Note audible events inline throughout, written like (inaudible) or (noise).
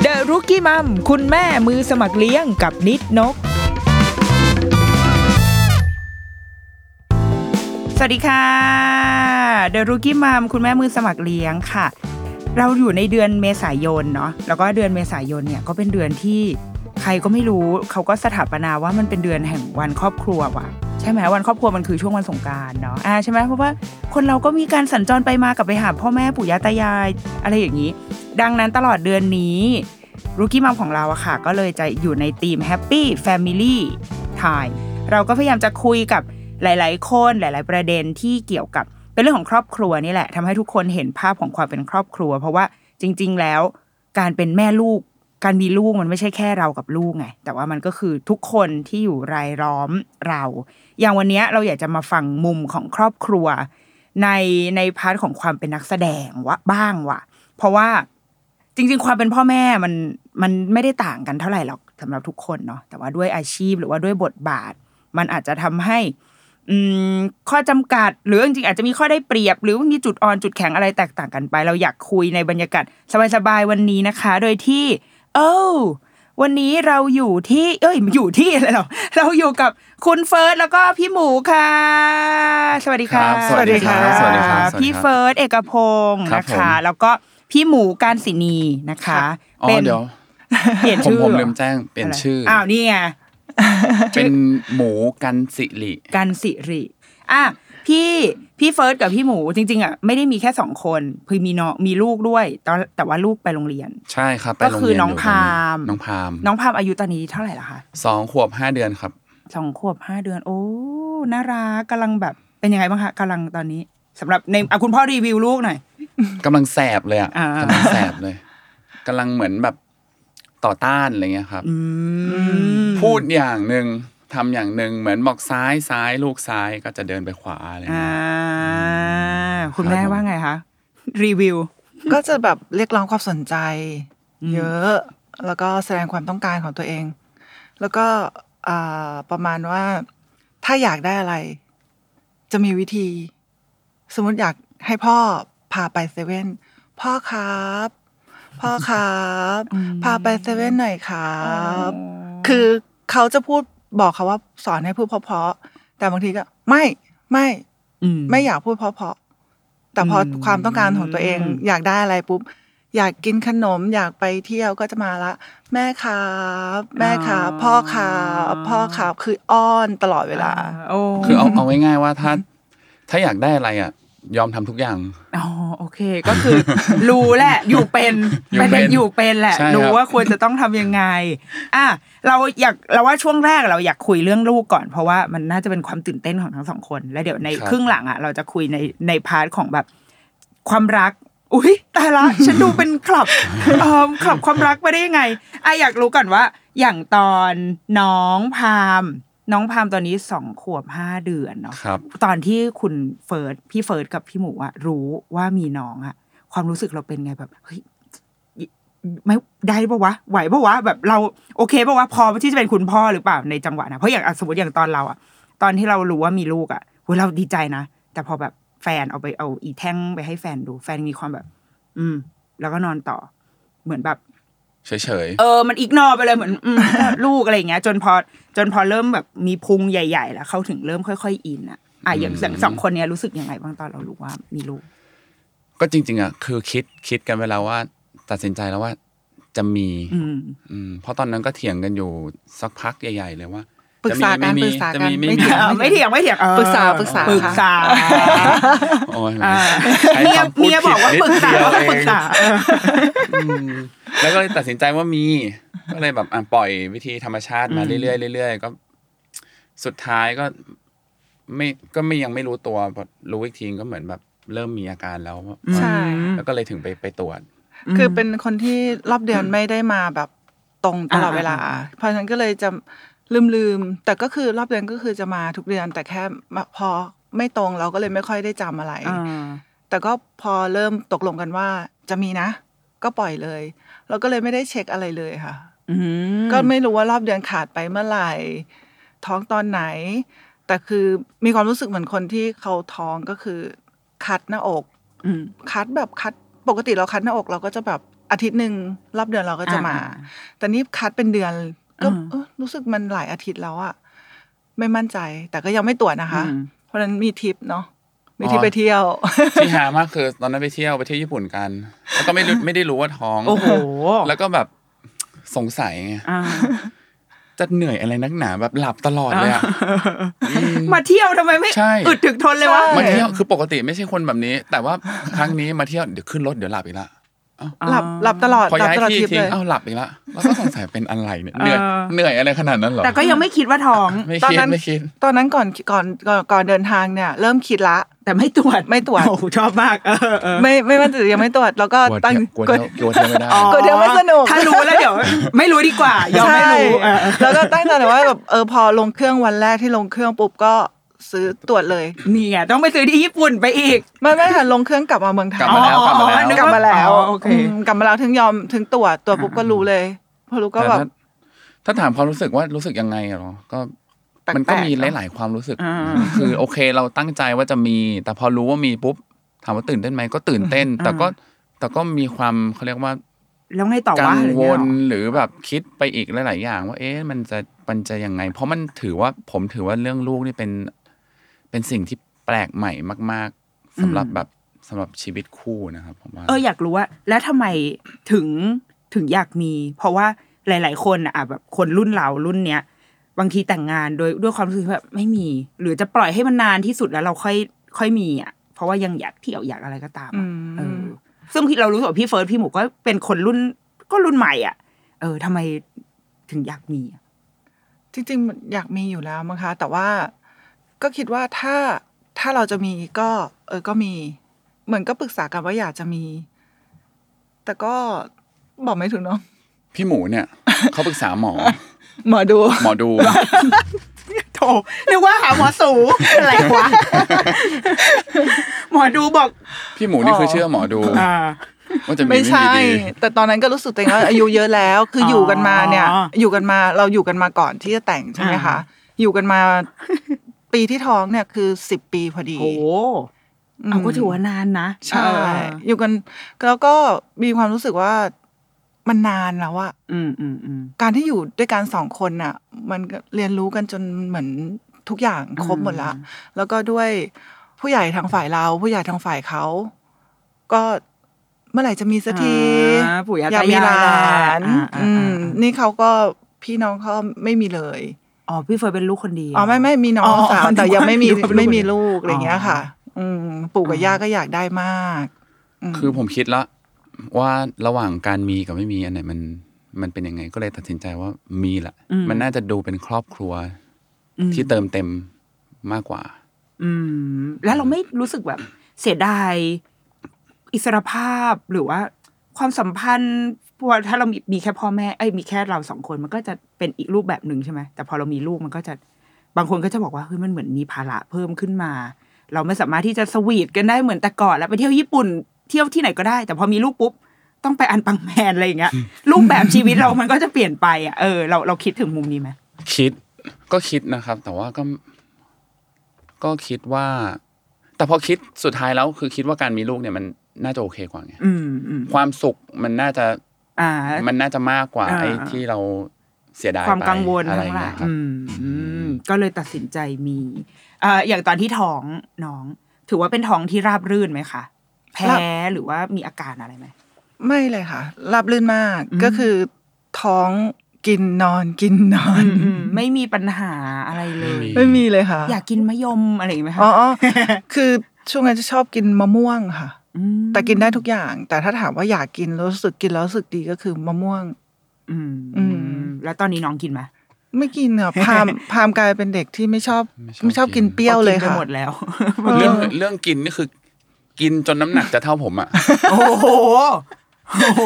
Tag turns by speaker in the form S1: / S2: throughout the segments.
S1: เดอะรุกี้มัมคุณแม่มือสมัครเลี้ยงกับนิดนก สวัสดีค่ะเดอะรุกี้มัมคุณแม่มือสมัครเลี้ยงค่ะ เราอยู่ในเดือนเมษายนเนาะแล้วก็เดือนเมษายนเนี่ยก็เป็นเดือนที่ใครก็ไม่รู้ เขาก็สถาปนาว่ามันเป็นเดือนแห่งวันครอบครัวว่ะ ใช่ไหมวันครอบครัวมันคือช่วงวันสงกรารเนาะอ่าใช่ไหมเพราะว่าคนเราก็มีการสัญจรไปมากลับไปหาพ่อแม่ปู่ย่าตายายอะไรอย่างนี้ ดังนั้นตลอดเดือนนี้รูกี้มัมของเราอะค่ะ ก็เลยจะอยู่ในทีม Happy Family Time เราก็พยายามจะคุยกับหลาย ๆ คนหลาย ๆ ประเด็นที่เกี่ยวกับเป็นเรื่องของครอบครัวนี่แหละทำให้ทุกคนเห็นภาพของความเป็นครอบครัว เพราะว่าจริง ๆ แล้วการเป็นแม่ลูก การมีลูกมันไม่ใช่แค่เรากับลูกไงแต่ว่ามันก็คือทุกคนที่อยู่รายล้อมเรา อย่างวันเนี้ยเราอยากจะมาฟังมุมของครอบครัว ในในพาร์ทของความเป็นนักแสดงวะบ้างว่ะ เพราะว่าจริง ๆ ความเป็นพ่อแม่มันมันไม่ได้ต่างกันเท่าไหร่หรอกสำหรับทุกคนเนาะแต่ว่าด้วยอาชีพหรือว่าด้วยบทบาท มันอาจจะทำให้ อืมข้อจำกัด หรือจริงๆอาจจะมีข้อได้เปรียบ หรือมีจุดอ่อนจุดแข็งอะไรแตกต่างกันไป เราอยากคุยในบรรยากาศสบายๆวันนี้นะคะ โดยที่ โอ้าวันนี้เราอยู่ที่ เอ้ยอยู่ที่อะไรหรอเราอยู่กับคุณเฟิร์สแล้วก็พี่หมูค่ะ สวัสดีค่ะ
S2: ครับสวัสดีครับสวัสดีครับสวัสดีครับ
S1: พี่เฟิร์สเอกพงศ์
S2: ครับ
S1: นะ
S2: ผม
S1: คะ แล้วก็พี่หมูการศินีนะคะ
S2: อ๋อ
S1: เป็น
S2: เดี๋ยว
S1: เปลี่ยน
S2: ผม
S1: ชื่อ
S2: ผม
S1: หรอ
S2: ลืมแจ้งเปลี่ยนชื่ออ
S1: อ้าวนี่ไง
S2: เป็นหมูกันสิริ
S1: กันสิริอ่ะพี่พี่เฟิร์สกับพี่หมูจริงๆอ่ะไม่ได้มีแค่สองคนคือมีน้องมีลูกด้วยตอนแต่ว่าลูกไปโรงเรียน
S2: ใช่ครับไป
S1: ก็
S2: โรง
S1: คือ
S2: เรียน
S1: น้อง
S2: ยู่
S1: พาม
S2: น้องพาม
S1: น้องพามอายุตอนนี้เท่าไหร่ละคะ
S2: สองขวบห้าเดือนครับ
S1: สองขวบห้าเดือน โอ้น่ารักกำลังแบบเป็นยังไงบ้างคะกำลังตอนนี้สำหรับในอ่ะคุณพ่อรีวิวลูกหน่อย
S2: กำลังแสบเลยอ่ะ
S1: อ่า
S2: กำลังแสบเลยกำลังเหมือนแบบต่อต้านอะไรเงี้ยครับ
S1: อืม
S2: พูดอย่างหนึ่งทำอย่างหนึ่งเหมือนบอกซ้ายซ้ายลูกซ้ายก็จะเดินไปขวาอะไร
S1: อ่า
S2: เงี้ย
S1: คุณแม่
S2: ครับผม
S1: ว่าไงคะรีวิว
S3: ก็จะแบบเรียกร้องความสนใจ
S1: อืม
S3: เยอะ แล้วก็แสดงความต้องการของตัวเอง แล้วก็อ่าประมาณว่าถ้าอยากได้อะไร จะมีวิธี สมมติอยากให้พ่อพาไปเซเว่นพ่อครับ พ่อครับ
S1: (laughs)
S3: พาไปเซเว่นหน่อยครับ คือเขาจะพูดบอกเขาว่าสอนให้พูดเพราะๆแต่บางทีก็ไม่ไม่
S1: ม
S3: ไม่อยากพูดเพราะๆแต่พออ
S1: ม
S3: ความต้องการของตัวเอง
S1: อืม
S3: อยากได้อะไรปุ๊บ อยากกินขนม อยากไปเที่ยวก็จะมาละ แม่ครับแม่ครับพ่อครับพ่อครับคืออ้อนตลอดเวลา
S1: โอ้
S2: คือเอาเอาง่ายๆว่าถ้าถ้าอยากได้อะไรอ่ะ ยอมทำทุกอย่าง
S1: อ๋อโอเคก็คือ รู้แหละ อยู่เป็น
S2: อยู่
S1: ประ
S2: เป็
S1: เด็
S2: น
S1: นอยู่เป็นแหละ
S2: ใช่ครับ
S1: รู้ว่าควรจะต้องทำยังไง อ่ะเราอยากเราว่าช่วงแรกเราอยากคุยเรื่องลูกก่อนเพราะว่ามันน่าจะเป็นความตื่นเต้นของทั้งสองคน แล้วเดี๋ยวในครึ่งหลังอ่ะเราจะคุยในในพาร์ทของแบบ ความรัก อุ้ยตายละ ฉันดูเป็นคลับ (laughs) เอ่อคลับความรักไปได้ยังไงอ่ะอยากรู้ก่อนว่า อย่างตอนน้องพาม น้องพามตอนนี้สองขวบห้าเดือนเนาะ
S2: ครับ
S1: ตอนที่คุณเฟิร์สพี่เฟิร์สกับพี่หมูอะรู้ว่ามีน้องอะความรู้สึกเราเป็นไงแบบเฮ้ยไม่ได้ปะวะไหวปะวะแบบเราโอเคปะวะพอที่จะเป็นคุณพ่อหรือเปล่าในจังหวะนะเพราะอย่างอ่ะสมมติอย่างตอนเราอะตอนที่เรารู้ว่ามีลูกอะโหเราดีใจนะ แต่พอแบบแฟนเอาไปเอาอีแท่งไปให้แฟนดู แฟนมีความแบบ อืม แล้วก็นอนต่อ เหมือนแบบ
S2: เฉย
S1: เออ มันอีกนอไปเลยเหมือนอืมลูกอะไรอย่างเงี้ย จนพอจนพอเริ่มแบบมีพุงใหญ่ ๆ แล้วเขาถึงเริ่มค่อย ๆ อินอะอ่ะอย่างอย่างสองคนเนี้ยรู้สึกยังไงบ้างตอนเรารู้ว่ามีลูก
S2: ๆ ก็จริง ๆอ่ะคือคิดคิดกันเวแลาว่า ตัดสินใจแล้วว่าจะมี
S1: อืม (laughs)
S2: อืมเพราะตอนนั้นก็เถียงกันอยู่สักพักใหญ่ ๆ เลยว่า
S3: ปรึกษากัน
S2: จะมี
S3: ปรึกษา
S2: จะ
S3: กั
S2: มี
S3: น
S2: ไม่มี
S3: เถียง
S1: เออไม่เถียงไม่เถียงเออ
S3: ปรึกษาปรึกษา
S1: ปรึกษา
S2: โอ้ย
S1: อ่า
S2: ใช้
S1: เมีย
S2: คำพูด
S1: เมียบอกว่า
S2: ผิด
S1: ปรึก
S2: นิด
S1: ษา
S2: เดียว
S1: ว่า
S2: เอ
S1: ปรึก
S2: ง
S1: ษาเออ
S2: อืมแล้วก็เลยตัดสินใจว่ามี ก็เลยแบบอ่ะปล่อยวิธีธรรมชาติมาเรื่อยๆเรื่อยๆก็สุดท้ายก็ ไม่ก็ไม่ยังไม่รู้ตัวพอรู้อีกทีก็เหมือนแบบ เริ่มมีอาการแล้วว่า
S3: ใช่
S2: แล้วก็เลยถึงไปไปตรวจ
S3: คือเป็นคนที่รอบเดือนไม่ได้มาแบบตรงตลอดเวลา เพราะฉะนั้นก็เลยจะลืมลืมๆแต่ก็คือรอบเดือนก็คือจะมาทุกเดือน แต่แค่มาพอไม่ตรงเราก็เลยไม่ค่อยได้จำอะไร
S1: อ่า
S3: แต่ก็พอเริ่มตกลงกันว่าจะมีนะ ก็ปล่อยเลย เราก็เลยไม่ได้เช็คอะไรเลยค่ะ
S1: อืม
S3: ก็ไม่รู้ว่ารอบเดือนขาดไปเมื่อไหร่ ท้องตอนไหน แต่คือมีความรู้สึกเหมือนคนที่เขาท้องก็คือคัดหน้าอก
S1: อืม
S3: คัดแบบคัดปกติเราคัดหน้าอกเราก็จะแบบอาทิตย์หนึ่งรอบเดือนเราก็จะมา
S1: อ่
S3: แต่นี่คัดเป็นเดือนก็
S1: อ่า
S3: เอ้อรู้สึกมันหลายอาทิตย์แล้วอะไม่มั่นใจ แต่ก็ยังไม่ตรวจนะคะ
S1: อืม
S3: เพราะฉะนั้นมีทิปเนาะมี
S2: อ๋อ
S3: ทิปไปเที่ยว
S2: ที่หามากคือตอนนั้นไปเที่ยวไปเที่ยวญี่ปุ่นกัน แล้วก็ไม่
S3: (gasps)
S2: รู้ไม่ได้รู้ว่าท้อง
S1: โอ้โห
S2: แล้วก็แบบสงสัยไง
S1: อ่า
S2: จะเหนื่อยอะไรนักหนาแบบหลับตลอดเลยอะอืม
S1: มาเที่ยวทำไมไม่
S2: ใช่
S1: อึดถึกทนเลยวะ
S3: ใช่
S2: มาเที่ยวคือปกติไม่ใช่คนแบบนี้ แต่ว่าครั้งนี้มาเที่ยวเดี๋ยวขึ้นรถเดี๋ยวหลับอีกละ
S3: หลับหลับตลอด
S2: พอ
S3: หลับ
S2: ย้าย
S3: ตลอด
S2: ที่
S3: ทริป
S2: ทิ้
S3: เล
S2: ง
S3: ย
S2: เอ้าหลับอีกละแล้วก็สงสัยเป็นอะไรเนี่ยเหนื่อย
S1: เออ
S2: เหนื่อยอะไรขนาดนั้นเหรอ
S1: แต่ก็ยังไม่คิดว่าท้อง
S2: ไม่
S3: ตอน
S2: คิด
S3: นั้น
S2: ไม่คิด
S3: ตอนนั้นก่อนก่อนก่อนก่อนเดินทางเนี่ย เริ่มคิดละ
S1: แต่ไม่ตรวจ
S3: ไม่ตรวจ
S1: โอ้โหชอบมากเออเออ
S3: ไม่ไม่มั่นใจยังไม่ตรวจแล้วก็
S2: กลัว
S3: ตั้ง
S2: เที่ยวกลัวเที่ยวกลัวเที่ยวไม่ได้
S1: อ๋อก
S3: ลัวเที่ยวไม่สนุก
S1: ถ้ารู้แล้วเดี๋ยว (laughs) ไม่รู้ดีกว่ายอมไม่รู้เออเออ
S3: แล้วก็ตั้งใจแต่ว่าแบบเออพอลงเครื่องวันแรกที่ลงเครื่องปุ๊บก็ซื้อตรวจเลย
S1: นี่ไงต้องไปซื้อที่ญี่ปุ่นไปอีก
S3: ไม่ไม่ค่ะลงเครื่องกลับมาเมืองไทย
S2: กลับมาแล้วกลับมา
S1: อ๋อนึ
S2: แล้ว
S3: กลับมาแล้ว
S1: อ๋อโอเค
S3: อืมกลับมาแล้วถึงยอมถึงตรวจตรวจปุ๊บก็รู้เลย พอรู้ก็
S2: แต่
S3: แบ
S2: ถ้า
S3: บ
S2: ถ้าถามความรู้สึกว่ารู้สึกยังไงอะเหรอก็
S3: แปลกๆ
S2: มันก็มี
S3: เนอะ
S2: หลาย ๆ ความรู้สึก
S1: อ่า
S2: คือโอเคเราตั้งใจว่าจะมี แต่พอรู้ว่ามีปุ๊บถามว่าตื่นเต้นไหมก็ตื่นเต้น แต่ก็แต่ก็มีความเขาเรียกว่า
S1: แล้วไงต่อ
S2: กั
S1: วะ
S2: ง
S1: หรือ
S2: ว
S1: ไง
S2: ล
S1: ต่อ
S2: หรือแบบคิดไปอีกหลาย ๆ อย่าง ว่า เอ๊ะมันจะมันจะยังไง เพราะมันถือว่าผมถือว่าเรื่องลูกนี่เป็น เป็นสิ่งที่แปลกใหม่มาก ๆสำหรับแบบสำหรับชีวิตคู่นะครับผมว่า
S1: เอออยากรู้ว่า แล้วทำไมถึงถึงอยากมี เพราะว่าหลาย ๆ คนน่ะอ่ะแบบคนรุ่นเรารุ่นเนี้ยบางทีแต่งงานโดยด้วยความรู้สึกแบบไม่มี หรือจะปล่อยให้มันนานที่สุดแล้วเราค่อยค่อยมีอ่ะ เพราะว่ายังอยากเที่ยวอยากอะไรก็ตาม
S3: อื
S1: อ่ะ
S3: ม
S1: เออซึ่งพี่เรารู้สึกว่าพี่เฟิร์สพี่หมูก็เป็นคนรุ่นก็รุ่นใหม่อ่ะ เออทำไมถึงอยากมีอ่ะ
S3: จริงๆมันอยากมีอยู่แล้วมั้งคะแต่ว่าก็คิดว่าถ้าถ้าเราจะมีก็เออก็มี เหมือนก็ปรึกษากันว่าอยากจะมี แต่ก็บอกไม่ถูกเนาะ
S2: พี่หมูเนี่ย เขาปรึกษาหมอ
S3: หมอดู
S1: (laughs)
S2: หมอดู
S1: โถนึกว่าหาหมอสูอะไรวะ หมอดูบอก
S2: พี่หมูนี่คือเชื่อหมอดู
S1: อ่า
S2: ว่าจะมี
S3: ไม่
S2: ไม่
S3: ใช่
S2: มีดี
S3: แต่ตอนนั้นก็รู้สึกตัวเองว่า อายุเยอะแล้ว คืออ
S1: อ
S3: อยู่กันมาเนี่ย
S1: อ๋อ
S3: อยู่กันมาเราอยู่กันมาก่อนที่จะแต่งใช่ไหม
S1: อ่า
S3: คะ อยู่กันมาปีที่ท้องเนี่ยคือสิบปีพอดี
S1: โอ้
S3: ม
S1: เอาก็ถือว่านานนะ
S3: ใช่
S1: เออ
S3: อยู่กันแล้วก็มีความรู้สึกว่ามันนานแล้วอะ
S1: อืมอืมอืม
S3: การที่อยู่ด้วยกันสองคนน่ะ มันก็เรียนรู้กันจนเหมือนทุกอย่างครบหมดละ
S1: อืม
S3: แล้วก็ด้วยผู้ใหญ่ทางฝ่ายเรา ผู้ใหญ่ทางฝ่ายเขาก็เมื่อไหร่จะมีสักที
S1: อ่าปู่ย่า
S3: อยา
S1: ตาก
S3: มี
S1: ยาย
S3: หลาน
S1: อ่าอ่า
S3: อืม
S1: อ่า
S3: นี่เขาก็พี่น้องเขาไม่มีเลย
S1: อ๋อพี่เฟิร์นเป็นลูกคนเดียว
S3: อ๋อไม่ไม่มีน้อง
S1: อ๋อ
S3: สาว
S1: อ๋อ
S3: แต่ยังไม่มี
S1: นึกว่าเป็นลูก
S3: ไม่มีลูกอะไรอย่างเงี้ย
S1: อ๋อ
S3: ค่ะ อืม ปู่กับย่าก็อยากได้มากม
S2: คือผมคิดละว่าระหว่างการมีกับไม่มีอันไหนมันมันเป็นยังไง ก็เลยตัดสินใจว่ามีแหละ
S1: อืม
S2: มันน่าจะดูเป็นครอบครัว
S1: อืม
S2: ที่เติมเต็มมากกว่า
S1: อืม แล้วเราไม่รู้สึกแบบเสียดาย อิสรภาพหรือว่า ความสัมพันธ์เพราะว่าถ้าเรามีมีแค่พ่อแม่เอ้ยมีแค่เราสองคนมันก็จะเป็นอีกรูปแบบหนึ่งใช่ไหมแต่พอเรามีลูกมันก็จะบางคนก็จะบอกว่าเฮ้ยมันเหมือนมีภาระเพิ่มขึ้นมา เราไม่สามารถที่จะสวีทกันได้เหมือนแต่ก่อนแล้วไปเที่ยวญี่ปุ่นเที่ยวที่ไหนก็ได้ แต่พอมีลูกปุ๊บต้องไปอันปังแมนอะไรอย่างเงี้ย รูปแบบชีวิตเรามันก็จะเปลี่ยนไปอ่ะเออเราเราคิดถึงมุมนี้ไหม
S2: คิดก็คิดนะครับ แต่ว่าก็ ก็คิดว่า แต่พอคิดสุดท้ายแล้วคือคิดว่าการมีลูกเนี่ยมันน่าจะโอเคกว่าไง
S1: อืมอืม
S2: ความสุขมันน่าจะ
S1: อ่า
S2: มันน่าจะมากกว่า
S1: อ่า
S2: ไอ้ที่เราเสียดาย
S1: ความ
S2: ไป
S1: กังวล
S2: อะไร
S1: ทั้งหลา
S2: เงี้
S1: ย
S2: ยครับ
S1: อืมอืม ก็เลยตัดสินใจมีเอ่ออย่างตอนที่ท้องน้อง ถือว่าเป็นท้องที่ราบรื่นไหมคะแพ้หรือว่ามีอาการอะไรไหม
S3: ไม่เลยค่ะราบรื่นมาก
S1: อืม
S3: ก็คือท้อง กินนอนกินนอน
S1: ไม่มีปัญหาอะไรเลย
S3: ไม่มีเลยค่ะ
S1: อยากกินมะยมอะไรอย่างงี้ไหม
S3: อ๋อ
S1: คะ (laughs)
S3: อ๋อคือช่วงนั้นจะชอบกินมะม่วงค่ะ
S1: ม
S3: แต่กินได้ทุกอย่าง แต่ถ้าถามว่าอยากกินแล้วรู้สึกกินแล้วรู้สึกดีก็คือมะม่วง
S1: อืม
S3: อืม
S1: แล้วตอนนี้น้องกินไหม
S3: ไม่กินอ่ะ (laughs) พามพามกลายเป็นเด็กที่ไม่ชอบ
S2: ไม่ชอบ
S3: ไม่ชอบกิน
S2: กิน
S3: เปรี้ยวเลย
S1: พรากิน
S3: ค่ะ
S1: ไปหมดแล้ว
S2: เรื่องเรื่องกินนี่คือ กินจนน้ำหนักจะเท่าผมอ่ะ
S1: โอ้โหโอ้โห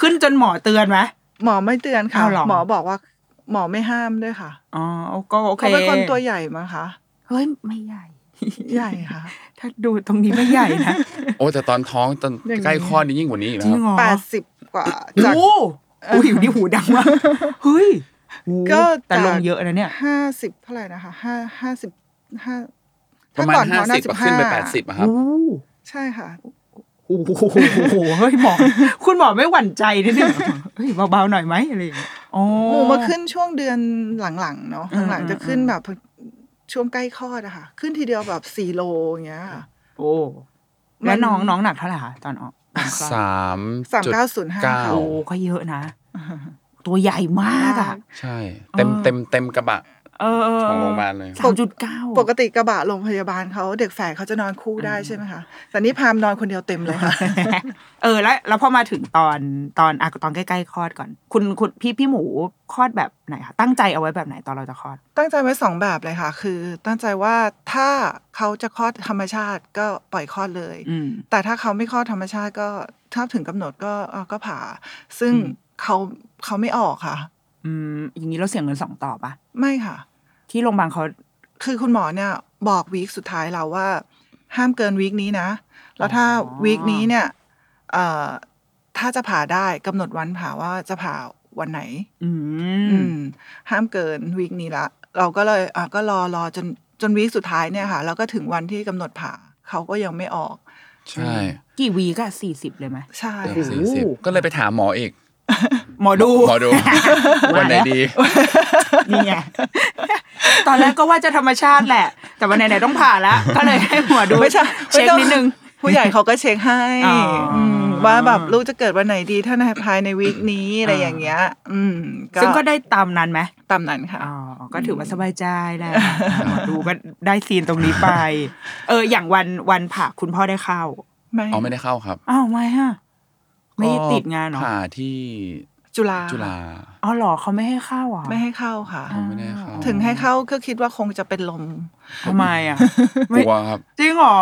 S1: ขึ้นจนหมอเตือนไหม
S3: หมอไม่เตือนค่ะ
S1: อ้าวเหรอ
S3: หมอบอกว่าหมอไม่ห้ามด้วยค่ะ
S1: อ๋อก็โอเค
S3: เขาเป็นคนตัวใหญ่มาคะ
S1: เฮ้ยไม่ใหญ่
S3: ใหญ่ค่ะ
S1: ถ้าดูตรงนี้ไม่ใหญ่นะ
S2: โอ้แต่ตอนท้องตอนใกล้คลอดนี่ยิ่งกว่านี้อีก
S1: จริ
S2: แล้
S1: ง
S2: ว
S1: เหรอ
S3: แปดสิบกว่าจาก
S1: โอ้อุ้ยนี่หูดังมากเฮ้ยโอ้
S3: ก็
S1: แต่
S3: จาก
S1: ลงเยอะนะเนี่ย
S3: ห้าสิบเท่าไหร่นะคะห้าห้าสิบห้า
S2: ประมาณ
S3: ก่อน
S2: ห้า
S3: ท้องน่
S2: สิบ
S3: 15
S2: ขึ้นไปแปดสิบอะครับ
S3: ใช่ค่ะ
S1: โอ้โหเฮ้ยหมอ คุณหมอไม่หวั่นใจนิดนึงเฮ้ยเบาๆหน่อยไหมอะไรอย่างเงี้ยอ๋อ
S3: หมูมาขึ้นช่วงเดือนหลังๆเนาะ
S1: อืม
S3: หลังๆจะ
S1: อืม
S3: ขึ้นแบบช่วงใกล้คลอดอะค่ะ ขึ้นทีเดียวแบบสี่โลอย่างเงี้ยค่ะ
S1: โอ้
S3: มั
S1: แล้ว
S3: น
S1: น้องน้องหนักเท่าไหร่คะตอนออกตอนคลอด
S2: สาม
S3: สาม
S2: จุด
S3: เก้าศูนย์ห้า
S2: เก้า
S3: ค่ะ
S1: โอ้ก็เยอะนะ ตัวใหญ่มากอะ
S2: ใช่ เต็ม
S1: อ๋อ
S2: เต็มเต็มกระบะ
S1: เออ
S2: ของโรงพยาบาลเลย
S1: สามจุดเก้า
S3: ปกติกระบะโรงพยาบาลเขาเด็กแฝดเขาจะนอนคู่ได้ใช่ไหมคะแต่นี่พามนอนคนเดียวเต็มเลยค่ะ
S1: เออแล้วแล้วพอมาถึงตอนตอนอะตอนใกล้ๆคลอดก่อน คุณคุณพี่พี่หมูคลอดแบบไหนคะตั้งใจเอาไว้แบบไหนตอนเราจะคลอด
S3: ตั้งใจไว้สองแบบเลยค่ะ คือ ตั้งใจว่าถ้าเขาจะคลอดธรรมชาติก็ปล่อยคลอดเลย
S1: อืม
S3: แต่ถ้าเขาไม่คลอดธรรมชาติก็ถ้าถึงกำหนดก็เอ่อก็ผ่า ซึ่ง
S1: อืม
S3: เขาเขาไม่ออกค่ะ
S1: อืมอย่างนี้เราเสียเงินสองต่อปะ
S3: ไม่ค่ะ
S1: ที่โรงพยาบาลเขา
S3: คือคุณหมอเนี่ยบอกวีคสุดท้ายเราว่า ห้ามเกินวีคนี้นะ แล้วถ้า
S1: อ๋อ
S3: วีคนี้เนี่ยเอ่อถ้าจะผ่าได้กำหนดวันผ่าว่าจะผ่าวันไหน
S1: อื
S3: อื
S1: ม
S3: ม ห้ามเกินวีคนี้ละ เราก็เลยอ่ะก็รอรอจนจนวีคสุดท้ายเนี่ยค่ะ แล้วก็ถึงวันที่กำหนดผ่าเขาก็ยังไม่ออก
S2: ใช่
S1: กี่วีก็สี่สิบเลยไหม
S3: ใช่
S2: เกือบ
S1: โอ้
S2: สี่
S1: โห
S2: สิบก็เลยไปถามหมออีก
S1: หมอดู
S2: หมอดู วันไหนดี
S1: นี่ไง ตอนแรกก็ว่าจะธรรมชาติแหละ แต่วันไหนๆต้องผ่าแล้ว ก็เลยให้หมอดู
S3: ไม่ใช่
S1: เช็ค
S3: ไม่ต้อง
S1: นิดนึง
S3: ผู้ใหญ่เขาก็เช็คให้
S1: อ๋ออื
S3: มว่าแบบลูกจะเกิดวันไหนดีถ้าในภายในวีคนี้อะไร
S1: อ่า
S3: อย่างเงี้ย อืม
S1: ซึ่งก็ได้ตามนั้นไหม
S3: ตามนั้นค่ะ
S1: อ๋อ ก็ถือว่าสบายใจแหละหมอดูก็ได้ซีนตรงนี้ไป เออ อย่างวันวันผ่าคุณพ่อได้เข้า
S3: ไม่
S2: อ๋อไม่ได้เข้าครับ
S1: อ้าวไม่ฮะ ไม่ติดงานเหรอ
S2: ผ่าที่
S3: จุฬา
S2: จุฬา
S1: อ๋อเหรอเขาไม่ให้เข้าเหรอ่ะ
S3: ไม่ให้เข้าค่ะ
S2: ผมไม่ได้เข้า
S1: อ๋อ
S3: ถึงให้เข้าก็คิดว่าคงจะเป็นลม
S1: ทำไมอ่ะ
S2: กลัวครับ
S1: จริงเหรอ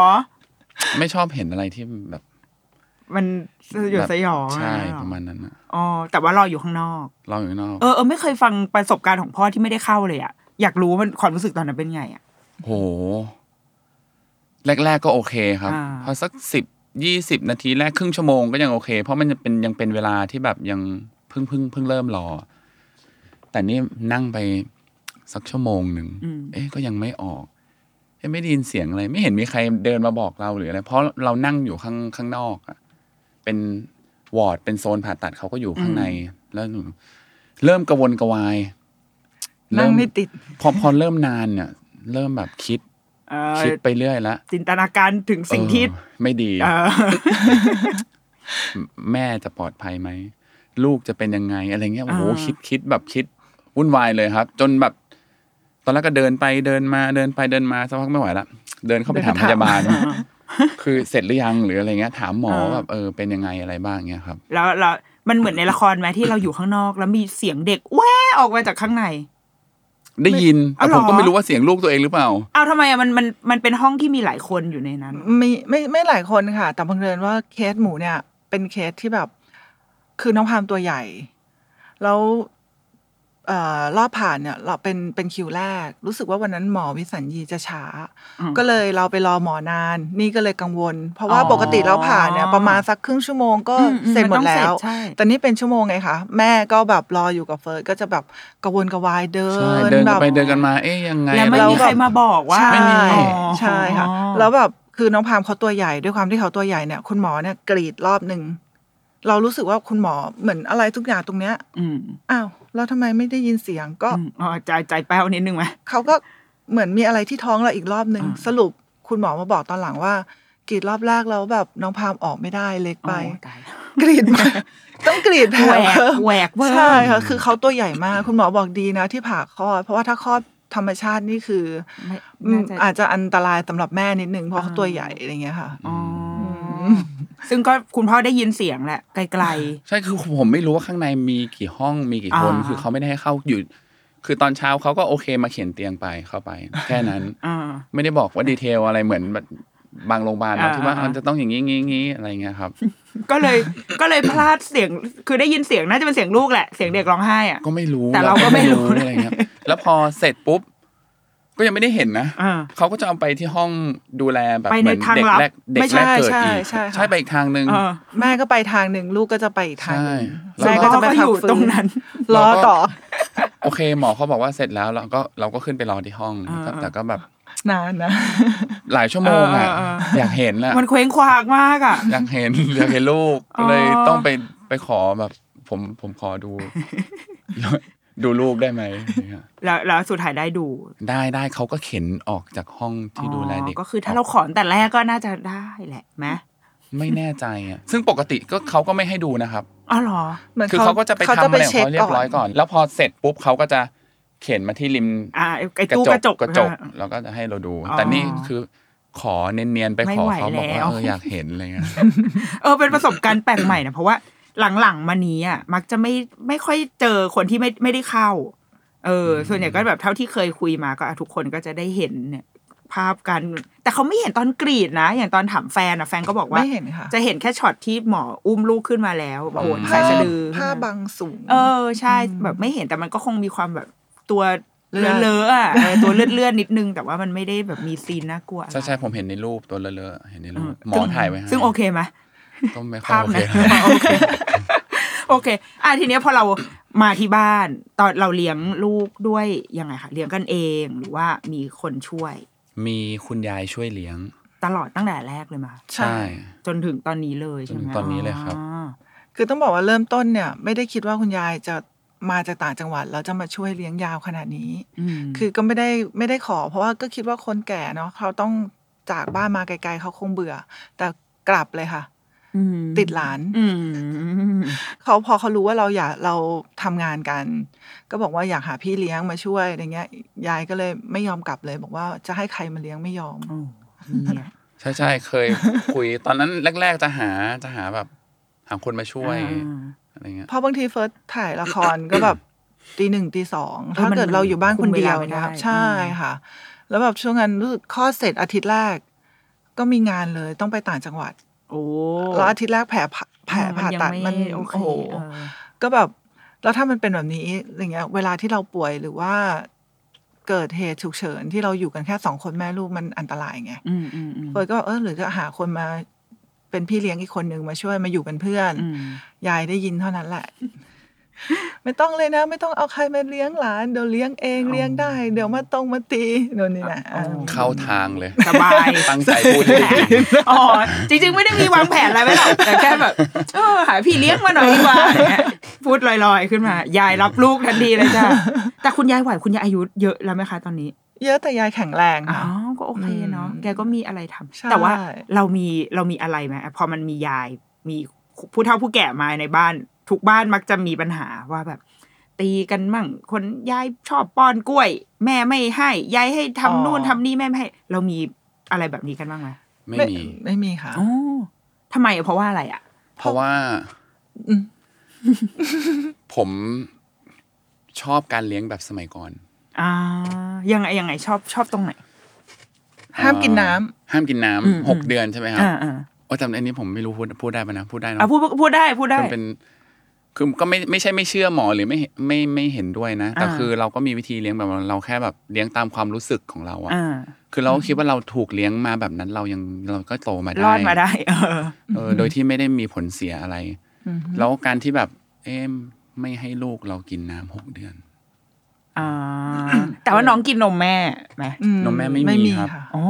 S2: ไม่ชอบเห็นอะไรที่แบบ
S1: มันสยดสยอง
S2: ใช่
S1: อไอย่งเงี้ยเหอ
S2: ประมาณนั้นอะ
S1: อ๋อ แต่ว่ารออยู่ข้างนอก
S2: เราอยู่ข้างนอก
S1: เออเออไม่เคยฟังประสบการณ์ของพ่อที่ไม่ได้เข้าเลยอะอยากรู้ว่ามันความรู้สึกตอนนั้นเป็นไงอะ
S2: โห แรก ๆ ก็โอเคครับ
S1: อ่า
S2: พอสักสิบยี่สิบนาทีแรกครึ่งชั่วโมงก็ยังโอเค เพราะมันยังเป็นยังเป็นเวลาที่แบบยังเพิ่งเพิ่งเพิ่งเริ่มรอ แต่นี่นั่งไปสักชั่วโมงหนึ่ง
S1: อืม
S2: เอ๊ะก็ยังไม่ออกเอ๊ะไม่ได้ยินเสียงอะไร ไม่เห็นมีใครเดินมาบอกเราหรืออะไร เพราะเรานั่งอยู่ข้างข้างนอกอะเป็นวอร์ด เป็นโซนผ่าตัดเขาก็อยู่ข้างใน แล้วหนูเริ่มกระวนกระวาย
S3: นั่งไม่ติด
S2: พอพอเริ่มนานเนี่ย เริ่มแบบคิด
S1: เออ
S2: คิดไปเรื่อยละ
S1: จินตนาการถึงสิ่งที่
S2: เออไม่ดี
S1: เออ
S2: แม่จะปลอดภัยไหม ลูกจะเป็นยังไงอะไรเงี้ยโอ้โห
S1: อ่า
S2: คิดคิดแบบคิดวุ่นวายเลยครับ จนแบบ ตอนแรกก็เดินไปเดินมาเดินไปเดินมาสักพักไม่ไหวละเดินเข้าไปถามพยาบาล คือเสร็จหรือยังหรืออะไรเงี้ย ถามหมอว่าแบบเออเป็นยังไงอะไรบ้างเงี้ยครับ
S1: แล้วแล้วมันเหมือนในละครไหมที่เราอยู่ข้างนอก แล้วมีเสียงเด็กแว่ออกมาจากข้างใน
S2: ได้ยิน
S1: เอา
S2: แต่
S1: เหรอ
S2: ผมก็ไม่รู้ว่าเสียงลูกตัวเองหรือเปล่า
S1: เอาทำไมอะมันมันมันเป็นห้องที่มีหลายคนอยู่ในนั้น
S3: มีไม่ไม่หลายคนค่ะ แต่บังเอิญว่าเคสหมูเนี่ย เป็นเคสที่แบบ คือน้องพามตัวใหญ่ แล้วเอ่อรอบผ่านเนี่ย เราเป็นเป็นคิวแรก รู้สึกว่าวันนั้นหมอวิสัญญีจะช้า
S1: อืม
S3: ก็เลยเราไปรอหมอนาน นี่ก็เลยกังวล เพราะว่า
S1: อ๋อ
S3: ปกติเราผ่านเนี่ย ประมาณสักครึ่งชั่วโมงก็
S1: อืมอืม
S3: เสร็จหม
S1: มันต้อง
S3: ดแล้
S1: เสร็จ
S3: ว
S1: ใช่
S3: แต่นี่เป็นชั่วโมงไงคะแม่ก็แบบรออยู่กับเฟิร์สก็จะแบบกระวนกระวายเดิ
S2: ใช่
S3: น
S2: เดิน
S3: แบ
S2: กับ นไปเดินกันมาเอ๊ยยังไง
S1: แล้วไม่มี
S2: อะ
S1: ใคร
S2: เงี้ย
S1: มาบอกว่า
S3: ใช่
S1: อ๋อ
S3: ใช่ค่ะ แล้วแบบคือน้องพามเขาตัวใหญ่ด้วยความที่เขาตัวใหญ่เนี่ยคุณหมอเนี่ยกรีดรอบหนึ่งเรารู้สึกว่าคุณหมอเหมือนอะไรทุกอย่างตรงเนี้ย
S1: อืม
S3: อ้าวแล้วทำไมไม่ได้ยินเสียงก็
S1: อืมอ๋อใจใจแป้วนิดนึงไหม
S3: เขาก็เหมือนมีอะไรที่ท้องเราอีกรอบหนึ่ง
S1: อ่า
S3: สรุปคุณหมอมาบอกตอนหลังว่ากรีดรอบแรกแล้วแบบน้องพามออกไม่ได้เล็กไป
S1: อ๋อตาย
S3: กรีดมา ต้องกรีดแผล
S1: แหวก
S3: (laughs) เพิ่ม
S1: แหวกเวอร์
S3: ใช่ค่ะคือเขาตัวใหญ่มาก คุณหมอบอกดีนะที่ผ่าคลอด เพราะว่าถ้าคลอดธรรมชาตินี่คือ
S1: ไม่
S3: อืม
S1: น่าจะ
S3: อาจจะอันตรายสำหรับแม่นิดนึงเพราะเขา
S1: อ่า
S3: ตัวใหญ่อะไรเงี้ยค่ะ
S1: อ๋ออ
S3: ม
S1: ซึ่งก็คุณพ่อได้ยินเสียงแหละ ไกล
S2: ใช่คือผมไม่รู้ว่าข้างในมีกี่ห้องมีกี่คน
S1: อ่า
S2: คือเขาไม่ได้ให้เข้าอยู่ คือตอนเช้าเขาก็โอเคมาเขียนเตียงไปเข้าไป แค่นั้น
S1: ๆอ่า
S2: ไม่ได้บอกว่าดีเทลอะไรเหมือนแบบบางโรงพยาบาลนะ
S1: อ่า
S2: ที่ว่า
S1: อ่ามั
S2: มันจะต้องอย่างนี้งี้งี้อะไรเงี้ยครับ
S1: ก็เลย (laughs) ก็เลยพลาดเสียง คือได้ยินเสียงน่าจะเป็นเสียงลูกแหละ เสียงเด็กร้องไห้อ่ะ
S2: ก็ไม่รู้
S1: แต่เราก็ไม่รู้นะ
S2: อะไรเงี้ยแล้วพอเสร็จปุ๊บ ก็ยังไม่ได้เห็นนะ
S1: อ่า
S2: เขาก็จะเอาไปที่ห้องดูแลแบบ
S1: ไป
S2: เห
S1: ใน
S2: มือน
S1: ทาง
S2: เด็ก
S1: ลับ
S2: แรกเด็กแรกเกิดอีก
S3: ไม่ใช่ใช่ใช่ค่ะ
S2: ใช่ไปอีกทางหนึ่ง
S1: เออ
S3: แม่ก็ไปทางหนึ่งลูกก็จะไปอีกทางหนึ่ง
S2: ใช่
S3: แม่ก็จะไป
S1: แล้วก็อ
S3: พัก
S1: ยู่
S3: ฟื้
S1: ตรงนั้น
S3: รอต่อ
S2: โอเค หมอเขาบอกว่าเสร็จแล้วเราก็เราก็ขึ้นไปรอที่ห้อง
S1: อ่า
S2: แต่แต่ก็แบบ
S3: นานนะ
S2: หลายชั่วโมงอ่ะ
S1: เออเออ
S2: อยากเห็นอ่ะ
S1: มันเคว้งคว้างมากอ่ะ
S2: อยากเห็น (laughs) อยากเห็นลูก
S1: อ๋อ
S2: เลยต้องไปไปขอแบบ ผมผมขอดู (laughs) ดูลูกได้ไหม (laughs) เนี่ย
S1: แล้วแล้วสุดท้ายได้ดู
S2: ได้ได้เขาก็เข็นออกจากห้องที่ดูแลเด็ก
S1: อ๋อก็คือถ้าเราขอตั้งแต่แรกก็น่าจะได้แหละไหม
S2: ไม่แน่ใจอ่ะซึ่งปกติก็เขาก็ไม่ให้ดูนะครับ
S1: อ๋อเหรอ
S3: หมืน
S2: คือเขาก็จะไปทำอะไรของเขาเรียบร้อยก่อน แล้วพอเสร็จปุ๊บเขาก็จะเข็นมาที่ริม
S1: อ่าไอ้ตู้กระจก
S2: กระจก
S1: อ่ะ
S2: แล้วก็จะให้เราดู
S1: อ๋อ
S2: แต่นี่คือขอเนียนๆไป
S1: ไม่
S2: ขอ
S1: ไหว
S2: เขาบอก
S1: แล้
S2: ว่าว เอออยากเห็นอะไรเงี้ย
S1: เออเป็นประสบการณ์แปลกใหม่นะเพราะว่าหลังๆมานี้อ่ะมักจะไม่ไม่ค่อยเจอคนที่ไม่ไม่ได้เข้า เออ ส่วนใหญ่ก็แบบเท่าที่เคยคุยมาก็อ่ะทุกคนก็จะได้เห็นเนี่ยภาพการ แต่เขาไม่เห็นตอนกรีดนะ อย่างตอนถามแฟนอ่ะแฟนก็บอกว่า
S3: ไม่เห็นค่ะ
S1: จะเห็นแค่ช็อตที่หมออุ้มลูกขึ้นมาแล้วโอน
S2: ผ้า
S1: สายสะดือ
S3: ผ้าบังสูง
S1: เออใช่แบบไม่เห็นแต่มันก็คงมีความแบบตัว
S3: เลื
S1: เล
S3: อ
S1: อะ
S3: ด
S1: ๆอ่ะเออตัวเลือดเลือดๆนิดนึงแต่ว่ามันไม่ได้แบบมีซีนน่ากลัวอะไร
S2: ใช่ใช่ผมเห็นในรูปตัวเลอะๆเห็นในรูปหมอ
S1: ซึ่ง
S2: ถ่ายไว้ให้
S1: ซึ่งโอเคไหม
S2: ก็ไม่ค่อ
S1: ภาย พ
S2: โอเค
S1: นะ (laughs)
S2: เท่าไหร่
S1: โอเคโอเคอ่ะทีเนี้ยพอเรามาที่บ้านตอนเราเลี้ยงลูกด้วยยังไงคะเลี้ยงกันเองหรือว่ามีคนช่วย
S2: มีคุณยายช่วยเลี้ยง
S1: ตลอดตั้งแต่แรกเลยมา
S3: ใช่
S2: ใช่
S1: จนถึงตอนนี้เลยใช่ไหม
S2: จนถึงตอนนี้เลยครับ
S1: อ๋อ
S3: คือต้องบอกว่าเริ่มต้นเนี่ย ไม่ได้คิดว่าคุณยายจะมาจากต่างจังหวัดแล้วจะมาช่วยเลี้ยงยาวขนาดนี้
S1: อืม
S3: คือก็ไม่ได้ไม่ได้ขอ เพราะว่าก็คิดว่าคนแก่เนาะเขาต้องจากบ้านมาไกลๆเขาคงเบื่อ แต่กลับเลยค่ะ
S1: ม
S3: ติดหลาน
S1: อืม
S3: เขาพอเขารู้ว่าเราอยากเราทำงานกัน ก็บอกว่าอยากหาพี่เลี้ยงมาช่วยอะไรเงี้ยยายก็เลยไม่ยอมกลับเลย บอกว่าจะให้ใครมาเลี้ยงไม่ยอม
S1: โอ้เนี่ย
S2: ใช่ใช่เคยคุย ตอนนั้นแรก ๆ จะหาจะหาแบบหาคนมาช่วย
S1: อ่า
S2: อะไรเงี้ย
S3: เพราะบางทีเฟิร์สถ่ายละคร ก็แบบ (coughs) ตีหนึ่งตีสอง
S1: เออ
S3: ถ้า
S1: มัน
S3: เกิดเราอยู่บ้าน
S1: คุ
S3: ค
S1: ม
S3: น
S1: เว
S3: เดีย
S1: ลาว ไม่ได้
S3: นะครับ
S1: อืม
S3: ใช่ค่ะ แล้วแบบช่วงนั้นรู้สึกข้อดเสร็จอาทิตย์แรก ก็มีงานเลยต้องไปต่างจังหวัด
S1: โอ้
S3: แล้วอาทิตย์แรกแผลผ่าแผลผ่าตัด
S1: ยัง
S3: มัน
S1: ไโอ
S3: โอ้
S1: เค
S3: โห
S1: เออ
S3: ก็แบบแล้วถ้ามันเป็นแบบนี้อย่างเงี้ย เวลาที่เราป่วยหรือว่าเกิดเหตุฉุกเฉินที่เราอยู่กันแค่สองคนแม่ลูกมันอันตรายไง
S1: อืมอืมอืม
S3: เฟิร์สก็เออหรือจะหาคนมาเป็นพี่เลี้ยงอีกคนหนึ่งมาช่วยมาอยู่เป็นเพื่อน
S1: อืม
S3: ยายได้ยินเท่านั้น
S1: (laughs)
S3: แหละ ไม่ต้องเลยนะ ไม่ต้องเอาใครมาเลี้ยงหลานเดี๋ยวเลี้ยงเองเลี้ยงได้ เดี๋ยวมาตรงมาตีโน่นนี่นะอ่า
S2: เข้าทางเลย
S1: สบาย
S2: ตั้งใจพูดให้ดี
S1: อ๋อจริงๆ ไม่ได้มีวางแผนอะไรไว้หรอกแต่แค่แบบเออหาพี่เลี้ยงมาหน่อยดีกว่าเนี่ยพูดลอยๆขึ้นมา ยายรับลูกทันทีเลยจ้ะแต่คุณยายไหวคุณยายอายุเยอะแล้วไหมคะตอนนี้
S3: เยอะแต่ยายแข็งแรง
S1: อ๋อ
S3: ค่ะ
S1: ก็โอเคเนาะ
S3: อืม
S1: แกก็มีอะไรทำ
S3: ใช่
S1: แต่ว่าเรามีเรามีอะไรไหมพอมันมียายมีผู้เฒ่าผู้แก่มาในบ้าน ทุกบ้านมักจะมีปัญหาว่าแบบ ตีกันมั่ง คนยายชอบป้อนกล้วย แม่ไม่ให้ยายให้ทำนู่นทำนี่แม่ไม่ให้ เรามีอะไรแบบนี้กันบ้างไหม
S2: ไม่มี
S3: ไม่มีค่ะ
S1: อ๋อทำไมอะเพราะว่าอะไรอ่ะ
S2: เพราะว่า
S3: อืม
S2: ผมชอบการเลี้ยงแบบสมัยก่อน
S1: อ่า ยังไงยังไงชอบชอบตรงไหน
S3: ห้ามกินน้ำ
S2: ห้ามกินน้
S1: อืม
S2: ำหกเดือนใช่ไหมครับ
S1: อ่าอ่า
S2: โอ้จำอันนี้ผมไม่รู้พูดพูดได้ปะนะพูดได้เน
S1: อ่ะ
S2: อะ
S1: พูดพูดได้พูดได้
S2: มันเป็นคือก็ไม่ไม่ใช่ไม่เชื่อหมอหรือไม่ไม่ไม่เห็นด้วยนะ แต่
S1: อ่า
S2: คือเราก็มีวิธีเลี้ยงแบบเราแค่แบบเลี้ยงตามความรู้สึกของเราอะ
S1: อ่า
S2: คือเราก็คิดว่าเราถูกเลี้ยงมาแบบนั้นเรายังเราก็โตมาได้
S1: รอดมาได้ เออ
S2: เออโดยที่ไม่ได้มีผลเสียอะไร
S3: อืม
S2: แล้วการที่แบบ เอ๊ะไม่ให้ลูกเรากินน้ำหกเดือน
S1: อ่า แต่ว่าน้องกินนมแม่ไหม
S3: อื
S2: นมแม่ไม่มีครับ
S3: ะ
S1: อ๋อ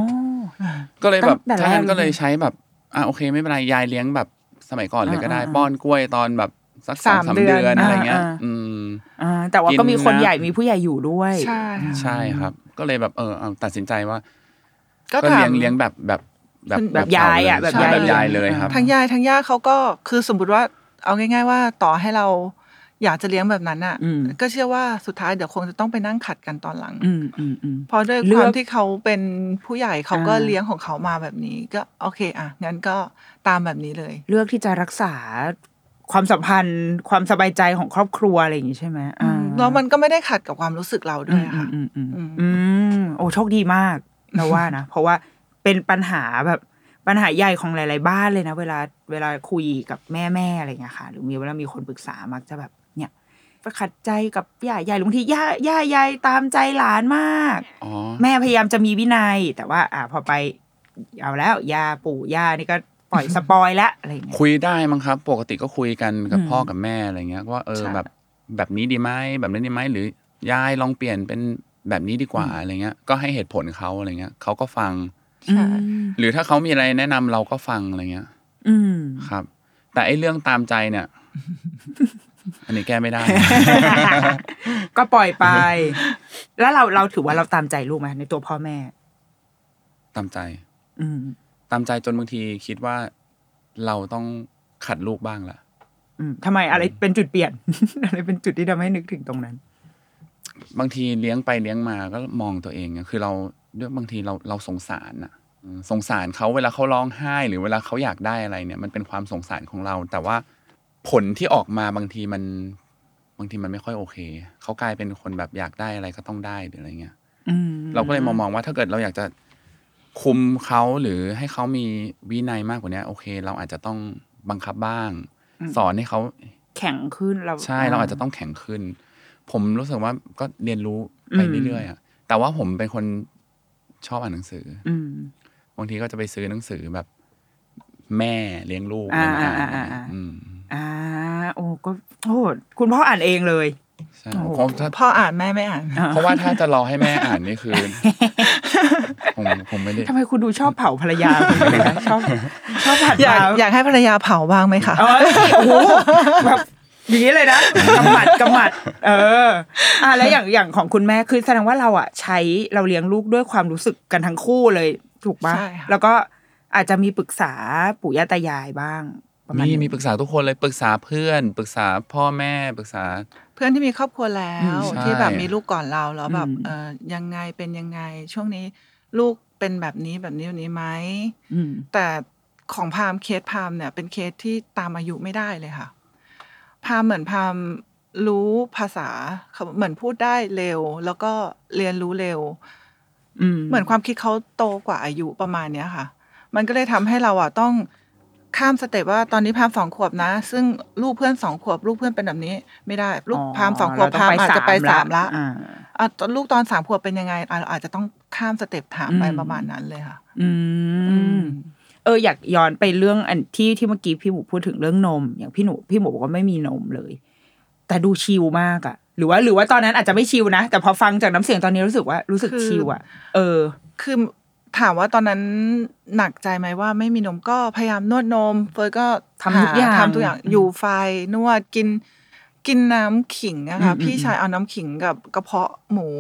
S2: ก็เลยแบบ
S1: ตั้งแต่
S2: ถ้างั้
S1: แร
S2: น
S1: ก
S2: ก็เลยใช้แบบอ่ะโอเคไม่เป็นไรยายเลี้ยงแบบสมัยก่อนเลยก็ได้
S1: อ่าอ่า
S2: ป้อนกล้วยตอนแบบสักสอง
S3: สา
S2: สามม
S3: เดื
S2: เดื
S3: อน
S2: อนอะไรเงี้ย
S1: อ่าอ่า
S2: อืม
S1: อ่า แต่ว่าก็มี
S2: กินนะ
S1: คนใหญ่มีผู้ใหญ่อยู่ด้วย
S3: ใช่ค่ะ
S2: ใช่ครับ ก็เลยแบบเออเอาตัดสินใจว่า
S3: ก็
S2: ก็เลี้ยง
S3: ทำ
S2: เลี้ยงแบบแบบแบบ
S3: คุณ
S1: แบบยายอะ
S2: เก่เล
S1: แบบยาย
S2: ใช่แบบยายเลยครับ
S3: ทั้งยายทั้งย่าเขาก็คือสมมติว่า เอาง่าย ๆ ว่าต่อให้เราอยากจะเลี้ยงแบบนั้นอ่ะ
S1: อืม
S3: ก็เชื่อว่าสุดท้ายเดี๋ยวคงจะต้องไปนั่งขัดกันตอนหลัง
S1: อืมอืมอืม
S3: เพราะด้วย
S1: เลื
S3: ค
S1: อก
S3: วามที่เขาเป็นผู้ใหญ่เขาก็
S1: อ่า
S3: เลี้ยงของเขามาแบบนี้ ก็โอเค อ่ะงั้นก็ตามแบบนี้เลย
S1: เลือกที่จะรักษาความสัมพันธ์ ความสบายใจของครอบครัวอะไรอย่างนี้ใช่ไหมอ่า
S3: แล้วมันก็ไม่ได้ขัดกับความรู้สึกเราด้
S1: อื
S3: วย
S1: ม
S3: อะ
S1: อื
S3: ค่ะ
S1: มอืมอืม
S3: อืม
S1: อืมโอ้โชคดีมากเราว่านะ (laughs) เพราะว่าเป็นปัญหาแบบปัญหาใหญ่ของหลาย ๆ บ้านเลยนะ เวลาเวลาคุยกับแม่แม่อะไรอย่างเงี้ยค่ะ หรือมีเวลามีคนปรึกษามักจะแบบเนี่ยไปขัดใจกับย่าใหญ่หรือบางทีย่าย่าใหญ่ตามใจหลานมาก
S2: อ๋อ
S1: แม่พยายามจะมีวินัย แต่ว่า อ่าพอไปเอาแล้วยาปู่ย่านี่ก็ปล่อยสปอยละอะไรอย่างเงี้ย
S2: คุยได้มั้งครับ ปกติก็คุยกันกับ
S1: อืม
S2: พ่อกับแม่อะไรเงี้ยว่าเออ
S1: ใช่
S2: แบบแบบนี้ดีไหมแบบนั้นดีไหมหรือยายลองเปลี่ยนเป็นแบบนี้ดีกว่าอะไรเงี้ย ก็ให้เหตุผลเขาอะไรเงี้ยเขาก็ฟัง
S3: ใช่
S1: อืม
S2: หรือถ้าเขามีอะไรแนะนำเราก็ฟังอะไรเงี้ย
S1: อืม
S2: ครับ แต่ไอ้เรื่องตามใจเนี่ย
S1: (laughs)
S2: อันนี้แก้ไม่ได้
S1: (laughs) ก็ปล่อยไป แล้วเราเราถือว่าเราตามใจลูกไหมในตัวพ่อแม่
S2: ตามใจ
S1: อืม
S2: ตามใจจนบางทีคิดว่าเราต้องขัดลูกบ้างละ
S1: อืมทำไมอะไรเป็นจุดเปลี่ยน (laughs) อะไรเป็นจุดที่ทำให้นึกถึงตรงนั้น
S2: บางทีเลี้ยงไปเลี้ยงมาก็มองตัวเองอะคือเราด้วยบางทีเราเราสงสารอะอืมสงสารเขาเวลาเขาร้องไห้ หรือเวลาเขาอยากได้อะไรเนี่ย มันเป็นความสงสารของเรา แต่ว่าผลที่ออกมาบางทีมัน บางทีมันไม่ค่อยโอเคเขากลายเป็นคนแบบอยากได้อะไรก็ต้องได้หรืออะไรเงี้ย
S1: อืม
S2: เราก็เลยมองมองว่าถ้าเกิดเราอยากจะคุมเขาหรือให้เขามีวินัยมากกว่าเนี้ยโอเค เราอาจจะต้องบังคับบ้าง สอนให้เขา
S1: แข็งขึ้นเรา
S2: ใช่เราอาจจะต้องแข็งขึ้น ผมรู้สึกว่าก็เรียนรู้ไป
S1: อืม
S2: เรื่อยๆอะแต่ว่าผมเป็นคนชอบอ่านหนังสือ
S1: อืม
S2: บางทีก็จะไปซื้อหนังสือแบบ แม่เลี้ยงลูก
S1: อ่า
S2: มาอ่าน
S1: อ่าอ่า
S2: อะไรเงี้ยอืม
S1: อ่า โอ้ก็โอ้คุณพ่ออ่านเองเลย
S2: ใช่
S1: โอ้โห
S2: เพราะถ้า
S3: พ่ออ่านแม่ไม่อ่าน
S2: เพราะว่าถ้าจะรอให้แม่อ่านนี่
S1: (laughs)
S2: คือ ผมผมไม่ได้
S1: ทำไมคุณดูชอบเผาภรรยาคุณเลยนะชอบชอบผัด
S3: อยาก
S1: ดาว
S3: อยากให้ภรรยาเผาบ้างไหมคะ
S1: เอ้ยโอ้โหแบบอย่างนี้เลยนะกำหมัดกำหมัด เออ อ่ะแล้วอย่างอย่างของคุณแม่คือแสดงว่าเราอ่ะใช้เราเลี้ยงลูกด้วยความรู้สึกกันทั้งคู่เลย ถูกปะ
S3: ใช่ค่ะ
S1: แล้วก็อาจจะมีปรึกษาปู่ย่าตายายบ้างประมาณ
S2: มี
S1: นี้
S2: มีปรึกษาทุกคนเลยปรึกษาเพื่อน ปรึกษาพ่อแม่ปรึกษา
S3: เพื่อนที่มีครอบครัวแล้
S2: อื
S3: ว
S2: มใช่
S3: ที่แบบมีลูกก่อนเราแล้วแบบเออยังไงเป็นยังไง ช่วงนี้ลูกเป็นแบบนี้แบบนี้แบบนี้ไหม
S1: อืม
S3: แต่ของพามเคสพามเนี่ยเป็นเคสที่ตามอายุไม่ได้เลยค่ะ พามเหมือนพามรู้ภาษาเขาเหมือนพูดได้เร็ว แล้วก็เรียนรู้เร็ว
S1: อืม
S3: เหมือนความคิดเขาโตกว่าอายุประมาณเนี้ยค่ะ มันก็เลยทำให้เราอ่ะต้องข้ามสเต็ปว่าตอนนี้พามสองขวบนะ ซึ่งลูกเพื่อนสองขวบ ลูกเพื่อนเป็นแบบนี้ ไม่ได้ ลูกพามสองขวบ
S1: เรต้
S3: พามอาจจะไปสามละ
S1: อ่า
S3: อ่ะตอนลูกตอนสามขวบเป็นยังไงอ่ะเราอาจจะต้องข้ามสเต็ปถามไป
S1: อืม
S3: ประมาณนั้นเลยค่ะ
S1: อืม เอออยากย้อนไปเรื่องอันที่ที่เมื่อกี้พี่หมูพูดถึงเรื่องนม อย่างพี่หนูพี่หมูบอกว่าไม่มีนมเลย แต่ดูชิลมากอะหรือว่าหรือว่าตอนนั้นอาจจะไม่ชิลนะ แต่พอฟังจากน้ำเสียงตอนนี้รู้สึกว่ารู้สึก
S3: คือ
S1: ชิลอะเออ
S3: คือถามว่าตอนนั้นหนักใจไหมว่าไม่มีนมก็พยายามนวดนม เฟิร์สก็
S1: ทำทุกอย่าง
S3: หทำทุกอย่าง
S1: อืม
S3: อยู่ไฟนวดกินกินน้ำขิงนะคะ
S1: อืม
S3: พี่ชายเอาน้ำขิงกับกระเพาะหมู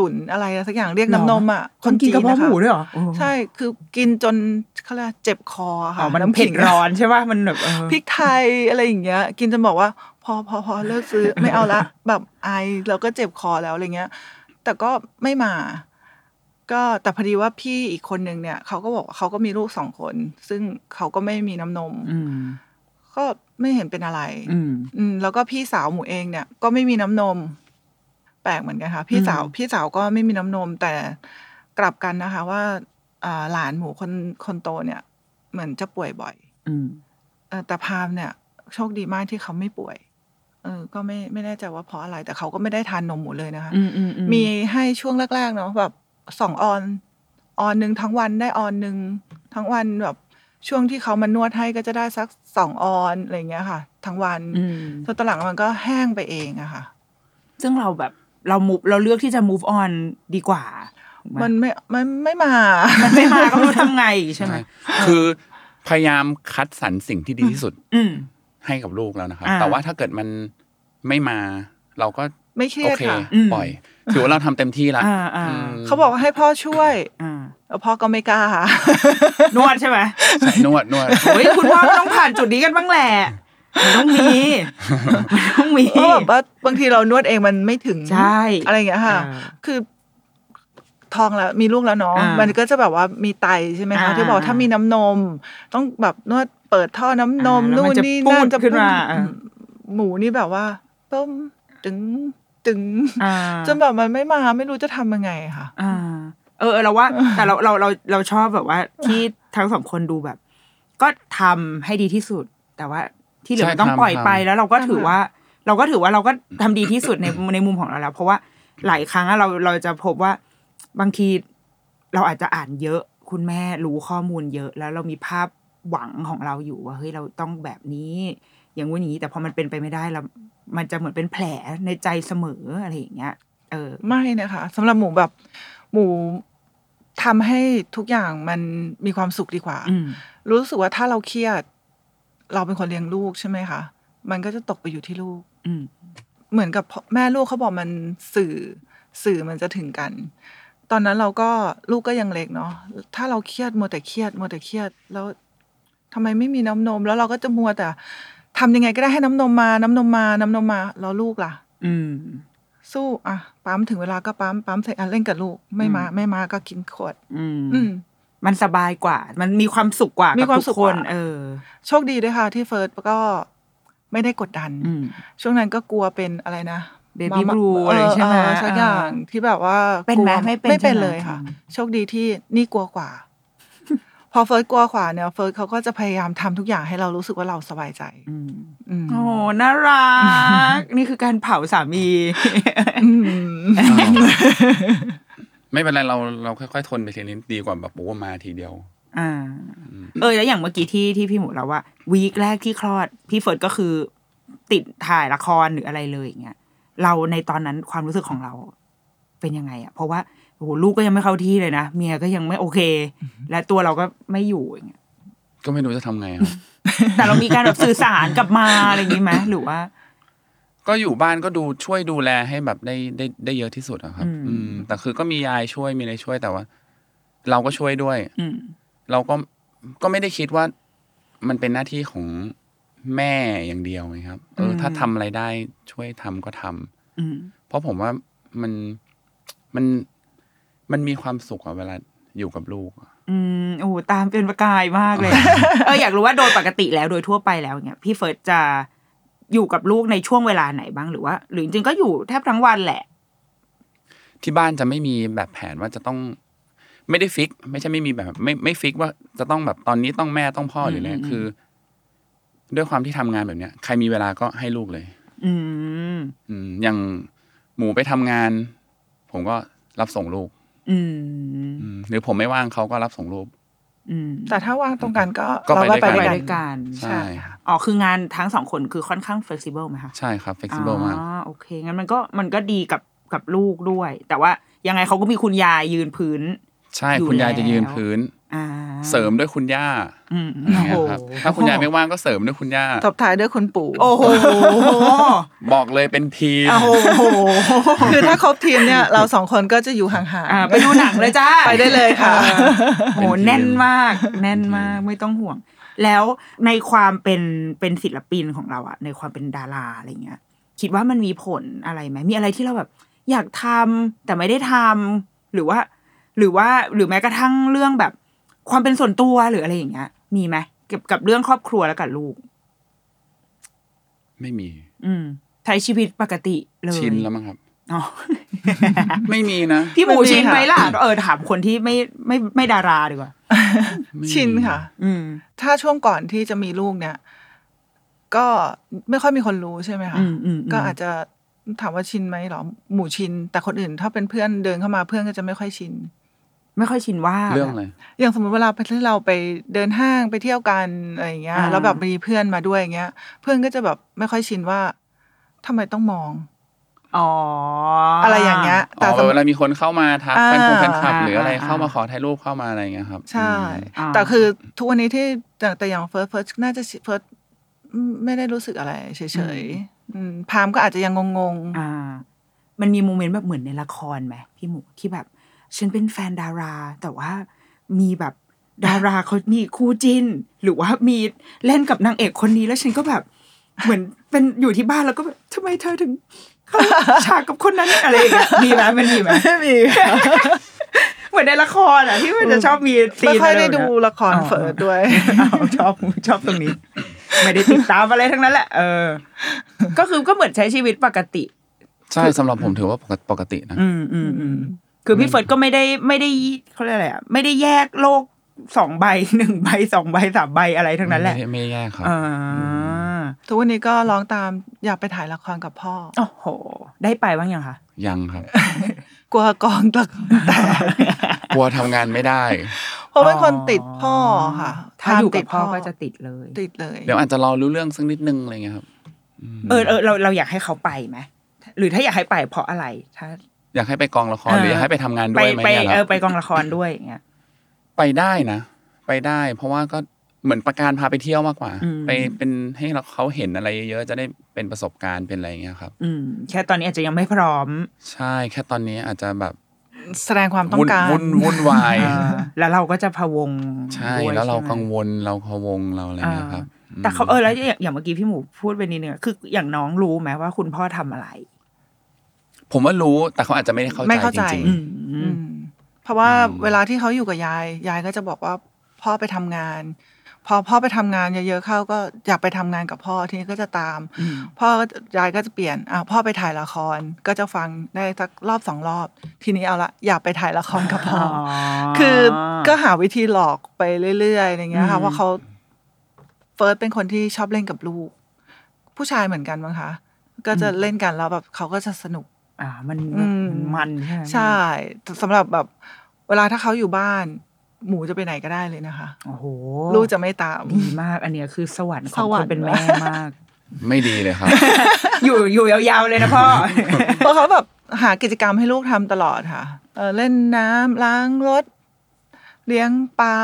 S3: ตุ๋นอะไรสักอย่างเรียก
S1: หรอ
S3: น้ำนมอ่ะคน
S1: กิน
S3: จีน
S1: กระเพาะ
S3: นะ
S1: ห
S3: คะ
S1: มูด้วยเหรอ
S3: ใช่คือกินจนเขาเรียกเจ็บคอ
S1: อ๋
S3: ค่ะ
S1: อมัน
S3: น้ำ
S1: เผ็
S3: ขิ
S1: ด
S3: ง
S1: ร้อนใช่ป่ะมันแบบเออ
S3: พริกไทยอะไรอย่างเงี้ย กินจนบอกว่า พอพอพอเลิก
S1: (laughs)
S3: ซื้อไม่เอาละ แบบไอแล้วก็เจ็บคอแล้วอะไรเงี้ย แต่ก็ไม่มา ก็แต่พอดีว่าพี่อีกคนนึงเนี่ยเขาก็บอกว่าเขาก็มีลูกสองคน ซึ่งเขาก็ไม่มีน้ำนม
S1: อืม
S3: ก็ไม่เห็นเป็นอะไร
S1: อืม
S3: อืมแล้วก็พี่สาวหมูเองเนี่ยก็ไม่มีน้ำนม แปลกเหมือนกันค่ะ พี่สาว
S1: อืม
S3: พี่สาวก็ไม่มีน้ำนม แต่กลับกันนะคะ ว่าอ่าหลานหมูคนคนโตเนี่ย เหมือนจะป่วยบ่อย
S1: อืม
S3: เอ่อแต่พามเนี่ย โชคดีมากที่เขาไม่ป่วย เออ ก็ไม่ไม่แน่ใจว่าเพราะอะไร แต่เขาก็ไม่ได้ทานนมหมูเลยนะคะ
S1: อืมอืมอื
S3: มีให้ช่วงแรกๆเนาะแบบสองออน ออนหนึ่งทั้งวันได้ออนหนึ่งทั้งวันแบบ ช่วงที่เขามานวดให้ก็จะได้สักสองออนอะไรอย่างเงี้ยค่ะ ทั้งวัน
S1: อืม
S3: จนตอนหลังมันก็แห้งไปเองอะค่ะ
S1: ซึ่งเราแบบเรามูเราเลือกที่จะ move on ดีกว่าถูกไห
S3: มันไม่มันไม่มา (laughs)
S1: มันไม่มาก็ไม่รู้ทำไงใช่ไหม
S2: คือพยายามคัดสรรสิ่งที่ดีที่สุด
S1: อืม
S2: ให้กับลูกแล้วนะครับ
S1: อ่า
S2: แต่ว่าถ้าเกิดมันไม่มา เราก็
S3: ไม่เครี
S2: โอย
S3: ด
S2: เค
S3: ค่ะ
S1: อืม
S2: ปล่อย ถือว่าเราทำเต็มที่ละ
S1: อ่าอ่า
S2: อืม
S3: เขาบอกว่าให้พ่อช่วย
S1: อ่า
S3: แล้วพ่อก็ไม่กล้าค่ะ
S1: (laughs) นวดใช่ไหม
S2: ใช่นวดนวด
S1: โอ้ยคุณพ่อก็ต้องผ่านจุดนี้กันบ้างแหละ มันต้องมีมันต้องมี
S3: เพราะแบบว่าบางทีเรานวดเองมันไม่ถึง
S1: ใช่
S3: อะไรอย่างเงี้ยค่ะ
S1: อ่า
S3: คือท้องแล้วมีลูกแล้วเนาะ
S1: อ่ามั
S3: มันก็จะแบบว่ามีไตใช่ไหมคะ
S1: อ่า
S3: ที่บอกถ้ามีน้ำนม ต้องแบบนวดเปิดท่อน้ำนม
S1: อ่าแล้ว
S3: นู่
S1: มันนจะ
S3: นี่
S1: ปูด
S3: น่าจะ
S1: ขึ้นมา
S3: ปูด
S1: อ่า
S3: หมูนี่แบบว่าต้มตึงตึง
S1: อ่า
S3: จนแบบมันไม่มาไม่รู้จะทำยังไงค่ะ
S1: อ่าเออเออเราว่า แต่เราเราเราเราชอบแบบว่า ที่ทั้งสองคนดูแบบ ก็ทำให้ดีที่สุด แต่ว่าที่เหลือ
S2: ใช่
S1: มันต้อง
S2: ทำ
S1: ปล่อยไป
S2: ทำ
S1: แล้วเราก็ถือ
S3: ทำ
S1: ว่า เราก็ถือว่าเราก็ทำดีที่สุดในในมุมของเราแล้ว เพราะว่าหลายครั้งอะเราเราจะพบว่าบางทีเราอาจจะอ่านเยอะ คุณแม่รู้ข้อมูลเยอะ แล้วเรามีภาพหวังของเราอยู่ว่าเฮ้ยเราต้องแบบนี้ อย่างงู้นอย่างนี้แต่พอมันเป็นไปไม่ได้แล้วมันจะเหมือนเป็นแผลในใจเสมออะไรอย่างเงี้ย เออ
S3: ไม่นะคะสำหรับหมูแบบหมูทำให้ทุกอย่างมันมีความสุขดีกว่า
S1: อืม
S3: รู้สึกว่าถ้าเราเครียด เราเป็นคนเลี้ยงลูกใช่ไหมคะ มันก็จะตกไปอยู่ที่ลูก
S1: อืม
S3: เหมือนกับพ่อแม่ลูกเขาบอกมันสื่อสื่อมันจะถึงกัน ตอนนั้นเราก็ลูกก็ยังเล็กเนาะถ้าเราเครียดมัวแต่เครียดมัวแต่เครียด แล้วทำไมไม่มีน้ำนม แล้วเราก็จะมัวแต่ทำยังไงก็ได้ให้น้ำนมมาน้ำนมมาน้ำนมมาแล้วลูกล่ะ
S1: อืม
S3: สู้อ่ะปั๊มถึงเวลาก็ปั๊มปั๊มใส่อ่ะเล่นกับลูกไม่มาไม่มาก็กินขวด
S1: อืม
S3: อืม
S1: มันสบายกว่า มันมีความสุขกว่า
S3: มี
S1: กับ
S3: ความ
S1: ทุก
S3: สุข
S1: ค
S3: กว่า
S1: น เออ
S3: โชคดีด้วยค่ะ ที่เฟิร์สก็ไม่ได้กดดัน
S1: อืม
S3: ช่วงนั้นก็กลัวเป็นอะไรนะ
S1: Baby
S3: มาม่า
S1: blue อะไรใช่ไหม
S3: เออสักอย่างที่แบบว่า
S1: เป็นไหม
S3: กลัว
S1: ไม่เป็น
S3: ไม่เป็น
S1: ใช่ไหม
S3: เลยค่ะ
S1: อืม
S3: โชคดีที่นี่กลัวกว่า (laughs) พอเฟิร์สกลัวกว่าเนี่ยเฟิร์สเขาก็จะพยายามทำทุกอย่างให้เรารู้สึกว่าเราสบายใจ
S1: อืม
S3: อืม
S1: โอ้น่ารัก (laughs) นี่คือการเผาสามี
S3: อืม
S2: ไม่เป็นไรเราเราค่อยๆทนไปทีนี้ดีกว่าแบบโอ้มาทีเดียว
S1: อ่า เออ แล้วอย่างเมื่อกี้ที่ที่พี่หมูเราว่า วีคแรกที่คลอด พี่เฟิร์สก็คือ ติดถ่ายละครหรืออะไรเลยอย่างเงี้ย เราในตอนนั้นความรู้สึกของเรา เป็นยังไงอะเพราะว่าโอ้โหลูกก็ยังไม่เข้าที่เลยนะ เมียก็ยังไม่โอเค และตัวเราก็ไม่อยู่อย่างเงี้ย
S2: ก็ไม่รู้จะทำไงครับ
S1: แต่เรามีการแบบสื่อสารกลับมาอะไรอย่างงี้ไหมหรือว่า
S2: ก็อยู่บ้านก็ดูช่วยดูแลให้แบบได้ได้ได้เยอะที่สุดอะครับ
S1: อืม
S2: อืม แต่คือก็มียายช่วยมีอะไรช่วยแต่ว่า เราก็ช่วยด้วย
S1: อืม
S2: เราก็ก็ไม่ได้คิดว่ามันเป็นหน้าที่ของแม่อย่างเดียวไงครับ เออ
S1: อืม
S2: ถ้าทำอะไรได้ช่วยทำก็ทำ
S1: อืม
S2: เพราะผมว่ามันมันมันมีความสุขอะเวลาอยู่กับลูกอะ
S1: อืมโอ้โหตามเป็นประกายมากเลย
S2: (laughs)
S1: เอออยากรู้ว่าโดยปกติแล้วโดยทั่วไปแล้วเนี่ยพี่เฟิร์สจะอยู่กับลูกในช่วงเวลาไหนบ้างหรือว่า หรือจริงๆก็อยู่แทบทั้งวันแหละ
S2: ที่บ้านจะไม่มีแบบแผนว่าจะต้อง ไม่ได้ฟิก ไม่ใช่ไม่มีแบบไม่ไม่ฟิกว่าจะต้องแบบตอนนี้ต้องแม่ต้องพ่อหรืออะไร
S1: อืมอืม
S2: คือ ด้วยความที่ทำงานแบบเนี้ย ใครมีเวลาก็ให้ลูกเลย
S1: อืม
S2: อืมอย่างหมูไปทำงาน ผมก็รับส่งลูก
S1: อืม
S2: อืมหรือผมไม่ว่างเขาก็รับส่งลูก
S1: อืม
S3: แต่ถ้าว่างตรงกันก็
S2: ก็ไป
S3: เราก็ไป
S2: ด้
S3: ด้
S2: ว
S3: วย
S2: กั
S3: ยกัน น
S1: ด้วยกัน
S3: ใช่
S2: ใช่
S1: อ๋อคืองานทั้งสองคนคือค่อนข้าง flexible ไหมคะ
S2: ใช่ครับ flexible มาก
S1: อ๋อโอเคงั้นมันก็มันก็ดีกับกับลูกด้วย แต่ว่ายังไงเขาก็มีคุณยายยืนพื้น
S2: ใช่
S1: อยู่
S2: คุณยายจะยืน
S1: แล้ว
S2: พื้น
S1: อ่า
S2: เสริมด้วยคุณย่า
S1: อืม
S2: อะไรเงี้
S1: โอ้
S2: ย
S1: โห
S2: ครับ ถ้าคุณยายไม่ว่างก็เสริมด้วยคุณย่า
S3: ตบท้ายด้วยคนปู่
S1: โอ้โห
S2: บอกเลยเป็นทีม
S1: โอ้โห
S3: คือถ้าครบทีมเนี่ย (laughs) เราสองคนก็จะอยู่ห่าง
S1: อ่า
S3: ๆ
S1: ไปดูหนังเลยจ้า
S3: ไปได้เลยค่ะ
S1: เออโห
S2: เป็นทีม
S1: แน่นมาก แน่นมากไม่ต้องห่วง แล้วในความเป็นเป็นศิลปินของเราอะในความเป็นดาราอะไรเงี้ย คิดว่ามันมีผลอะไรไหมมีอะไรที่เราแบบ อยากทำแต่ไม่ได้ทำหรือว่า หรือว่าหรือแม้กระทั่งเรื่องแบบ ความเป็นส่วนตัวหรืออะไรอย่างเงี้ย มีไหมเกี่ยวกับเรื่องครอบครัวแล้วกับลูก
S2: ไม่มี
S1: อืมใช้ชีวิตปกติเลย
S2: ชินแล้วมั้งครับ
S1: อ๋อ (laughs)
S2: ไม่มีนะ
S1: พี่หมู
S3: มันมี
S1: ชิน
S3: ค่ะ
S1: ไหมล่ะเออถามคนที่ไม่ไม่ไม่ดาราดีกว่า
S2: ไม่มี
S3: ชินค่ะ
S1: อืม
S3: ถ้าช่วงก่อนที่จะมีลูกเนี่ย ก็ไม่ค่อยมีคนรู้ใช่ไหมคะ
S1: อืมอืมอืม
S3: ก็อาจจะถามว่าชินไหมเหรอหมู่ชิน แต่คนอื่นถ้าเป็นเพื่อนเดินเข้ามาเพื่อนก็จะไม่ค่อยชิน
S1: ไม่ค่อยชินว่า
S2: เรื่องอะไร
S3: อย่างสมมติเวลาไปที่เราไปเดินห้างไปเที่ยวกันอะไรอย่างเงี้ย
S1: อ่า
S3: แล้วแบบมีเพื่อนมาด้วยอย่างเงี้ย เพื่อนก็จะแบบไม่ค่อยชินว่าทำไมต้องมอง
S1: อ๋ออ
S3: อะไรอย่างเงี้ย
S2: อ๋
S3: แต่ส
S2: อ
S3: ม
S2: เวลามีคนเข้ามาทัก
S3: อ่า
S2: แฟนคงแฟนคลับ หรืออะไร
S1: อ่า
S2: เข้ามาขอถ่ายรูปเข้ามาอะไรอย่างเงี้ยครับ
S3: ใช่
S1: อ่า
S3: แต่คือทุกวันนี้ที่แต่แต่อย่างเฟิร์สเฟิร์สน่าจะเฟิร์สไม่ได้รู้สึกอะไรเฉยๆอืมพามก็อาจจะยังงงๆ
S1: อ่า มันมีโมเมนต์แบบเหมือนในละครไหมพี่หมูที่แบบ ฉันเป็นแฟนดารา แต่ว่ามีแบบดาราเขามีคู่จิ้น หรือว่ามีเล่นกับนางเอกคนนี้แล้วฉันก็แบบ เหมือนเป็นอยู่ที่บ้านแล้วก็แบบทำไมเธอถึงเข้าฉากกับคนนั้นอะไรอย่างเงี้ย (laughs) มีไหมมันมีไหม
S3: ไม่มีค่ะ
S1: (laughs) เหมือนในละครอ่ะที่มันจะชอบมีซีน
S3: ไม่ค่อยได้
S1: แบบ
S3: ดู
S1: นั้น
S3: ละคร
S1: อ๋อ
S3: เฟิร์สด้วย
S1: (laughs) อ้าวชอบชอบตรงนี้ ไม่ได้ติดตามอะไรทั้งนั้นแหละเออ ก็คือก็เหมือนใช้ชีวิตปกติ
S2: ใช่สำหรับผมถือว่าปกติปกตินะ
S1: อืมอืมอืมคือพี่เฟิร์สก็ไม่ได้ไม่ได้เขาเรียกอะไรอ่ะไม่ได้แยกโลกสองใบ (laughs) หนึ่งใบสองใบสามใบอะไรทั้งนั้นแหละ
S2: ไม่ไม่แย่ครับ
S1: อ่า
S3: ทุกวันนี้ก็ร้องตามอยากไปถ่ายละครกับพ่อ
S1: โอ้โห ได้ไปบ้างยังคะ
S2: ยังครับ
S3: กลัวกองละครแตก
S2: กลัวทำงานไม่ได้
S3: (laughs)
S1: (laughs)
S3: เพราะเป็นคนติดพ่อค่ะ
S1: ถ้าอยู่
S3: ติ
S1: กับพ่อก็จะติดเลย
S3: ติดเลย
S2: เดี๋ยวอาจจะรอรู้เรื่องสักนิดนึงอะไรเงี้ยครับม
S1: เออเออเราเราอยากให้เขาไปไหมหรือถ้าอยากให้ไปเพราะอะไรถ้า
S2: อยากให้ไปกองละคร
S1: เออ
S2: หรืออยากให้ไปทำงานด้
S1: ไป
S2: วยไหม
S1: ไป
S2: เนี่ย
S1: เอ
S2: ค
S1: อ
S2: รับ
S1: ไปกองละครด้วยอย่างเงี้ย
S2: ไปได้นะ ไปได้ เพราะว่าก็เหมือนประการพาไปเที่ยวมากกว่า
S1: อืม
S2: ไปเป็นให้เราเขาเห็นอะไรเยอะๆจะได้เป็นประสบการณ์เป็นอะไรเงี้ยครับ
S1: อืม แค่ตอนนี้อาจจะยังไม่พร้อม
S2: ใช่แค่ตอนนี้อาจจะแบบ
S3: แสดงความต้อง
S2: วุ่น
S3: การ
S2: วุ่นวุ่นวาย
S1: เออแล้วเราก็จะพะวง
S2: ใช่
S1: ด้วย
S2: แล้วเรา
S1: ใช่ไหม
S2: กังวลเราพะวงเราอะไรเงี้ยครับ
S1: อ่าแต่เขาเออแล้วอย่างอย่างเมื่อกี้พี่หมูพูดไปนิดนึงอะคืออย่างน้องรู้ไหมว่าคุณพ่อทำอะไร
S2: ผมว่ารู้แต่เขาอาจจะไม่ได้เข้า
S3: ไม่เข้า
S2: ใจ
S3: ใจ
S2: จริง
S1: อืม
S3: อืมเพราะว่า
S2: อืม
S3: เวลาที่เขาอยู่กับยาย ยายก็จะบอกว่าพ่อไปทำงาน พอพ่อไปทำงานเยอะๆเข้าก็อยากไปทำงานกับพ่อทีนี้ก็จะตาม
S1: อืม
S3: พ่อก็ยายก็จะเปลี่ยนอ่ะพ่อไปถ่ายละครก็จะฟังได้สักรอบสองรอบ ทีนี้เอาละอยากไปถ่ายละครกับพ่ออคือก็หาวิธีหลอกไปเรื่อยๆอย่างเงี้ย
S1: อื
S3: ค่ะ
S1: ม
S3: ว่าเขาเฟิร์สเป็นคนที่ชอบเล่นกับลูก ผู้ชายเหมือนกันมั้งคะก็จะเล่นกันแล้วแบบเขาก็จะสนุก
S1: อ่ามัน
S3: อืม
S1: มันใช่ไหม
S3: ใช่สำหรับแบบเวลาถ้าเขาอยู่บ้าน หมูจะไปไหนก็ได้เลยนะคะ
S1: โอ้โห
S3: ลูกจะไม่ตาม
S1: ดีมาก อันเนี้ยคือสวรรค์ของ
S3: ส
S1: คว
S3: รร
S1: น
S3: ค์
S1: เป็นแม่มาก
S2: ๆ ไม่ดีเลยครับ
S1: อยู่อยู่ยาวๆเลยนะ
S2: (laughs)
S1: พ่อ
S3: เพราะเขาแบบหากิจกรรมให้ลูกทำตลอดค่ะเออเล่นน้ำล้างรถ เลี้ยงปลา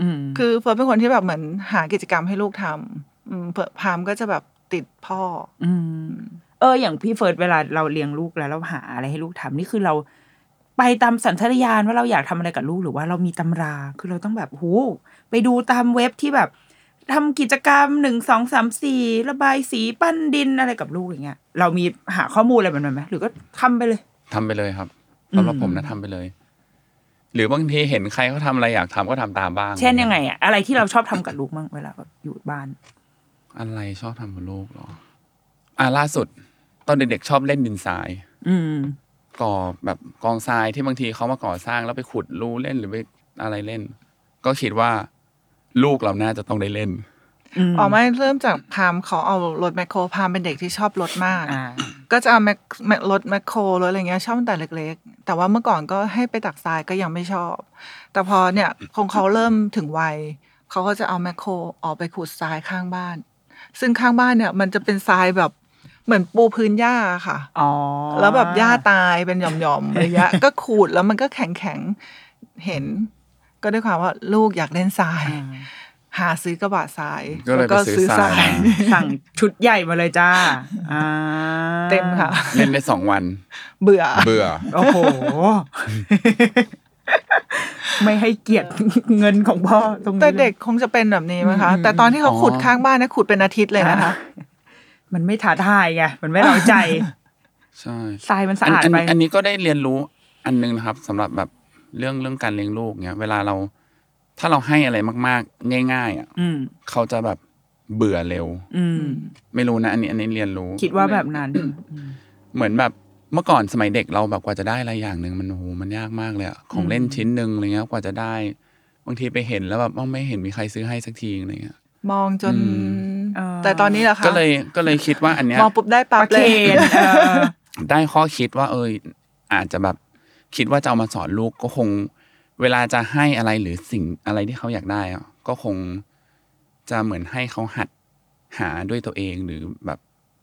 S1: อืม
S3: คือเฟิร์นเป็นคนที่แบบเหมือนหากิจกรรมให้ลูกทำอืมเพื่อพามก็จะแบบติดพ่อ
S1: มเออ อย่างพี่เฟิร์สเวลาเราเลี้ยงลูกแล้วเราหาอะไรให้ลูกทำนี่คือเรา ไปตามสัญชาตญาณว่าเราอยากทำอะไรกับลูกหรือว่าเรามีตำรา คือเราต้องแบบโหไปดูตามเว็บที่แบบทำกิจกรรมหนึ่งสองสามสี่ระบายสีปั้นดินอะไรกับลูกอย่างเงี้ย เรามีหาข้อมูลอะไรแบบนั้นไหมหรือก็ทำไปเลย
S2: ทำไปเลยครับ
S1: อืม
S2: สำหรับผมนะทำไปเลย หรือบางทีเห็นใครเขาทำอะไรอยากทำก็ทำตามบ้าง
S1: เช่นยังไงอะอะไรที่เราชอบทำกับลูกมั่งเวลาแบบอยู่บ้าน
S2: อะไรชอบทำกับลูกเหรอ อ่าล่าสุด ตอนเด็กๆชอบเล่นดินทราย
S1: อืม
S2: ก่อแบบกองทรายที่บางทีเขามาก่อสร้างแล้วไปขุดรูเล่นหรือไปอะไรเล่น ก็คิดว่า ลูกเราน่าจะต้องได้เล่น
S1: อืม
S3: ออกมาเริ่มจากพามขอเอารถแมคโครพามเป็นเด็กที่ชอบรถมาก
S1: อ่า
S3: ก็จะเอาแมคแมครถแมคโครรถอะไรเงี้ยชอบตั้งแต่เล็กๆ แต่ว่าเมื่อก่อนก็ให้ไปตักทรายก็ยังไม่ชอบ แต่พอเนี่ยคงเขาเริ่มถึงวัยเขาก็จะเอาแมคโครออกไปขุดทรายข้างบ้าน ซึ่งข้างบ้านเนี่ย มันจะเป็นทรายแบบเหมือนปูพื้นหญ้าค่ะ
S1: อ๋อ
S3: แล้วแบบหญ้าตายเป็นหย่อมๆอะไรเงี้ย ก็ขูดแล้วมันก็แข็งๆเห็น ก็ด้วยความว่าลูกอยากเล่นทราย
S1: อ่า
S3: หาซื้อกระบะทราย
S2: ก็เลยไปซื้อทรายมา
S1: สั่งชุดใหญ่มาเลยจ้าอ่า
S3: เต็มค่ะ
S2: เล่นได้สองวัน
S3: เบื่อ
S2: เบื่อ
S1: โอ้โห ไม่ให้เกียรติเงินของพ่อตรงนี้
S3: แต่
S1: ลย
S3: เด็กคงจะเป็นแบบนี้มั้งคะ
S1: อืม
S3: แต่ตอนที่เขา
S2: อ๋อ
S3: ขุดข้างบ้านเนะขุดเป็นอาทิตย์เลยนะคะ
S1: มันไม่ท้าทายไง มันไม่เราใจ
S2: (laughs) ใช่
S1: ทรายมันสะ
S2: อัน
S1: อาด
S2: อัน
S1: ไป
S2: อันนี้ก็ได้เรียนรู้อันนึงนะครับสำหรับแบบเรื่องเรื่องการเลี้ยงลูกเนี้ย เวลาเรา ถ้าเราให้อะไรมากๆ ง่าย ๆอ่ะ
S1: อืม
S2: เขาจะแบบเบื่อเร็ว
S1: อืม
S2: ไม่รู้นะ อันนี้อันนี้เรียนรู้
S1: คิดว่าแบบนั้น
S2: เหมือนแบบเมื่อก่อนสมัยเด็กเราแบบกว่าจะได้อะไรอย่างหนึ่งมันโอ้โหมันยากมากเลยอะของเล่นชิ้นหนึ่งอะไรเงี้ยกว่าจะได้ บางทีไปเห็นแล้วแบบอ้าวไม่เห็นมีใครซื้อให้สักทีอะไรเงี้ย
S3: มองจน
S2: อื
S1: เอ่อ
S3: แต่ตอนนี้เหรอคะ
S2: ก็เลยก็เลยคิดว่าอันเนี้ย
S3: มองปุ๊บได้
S1: ป
S3: ปั๊บ
S1: ระ
S3: เล
S1: เคน
S3: ย
S1: เออ
S2: ได้ข้อคิดว่า เอยอาจจะแบบคิดว่าจะเอามาสอนลูกก็คง เวลาจะให้อะไรหรือสิ่งอะไรที่เขาอยากได้อะก็คงจะเหมือนให้เขาหัดหาด้วยตัวเองหรือแบบ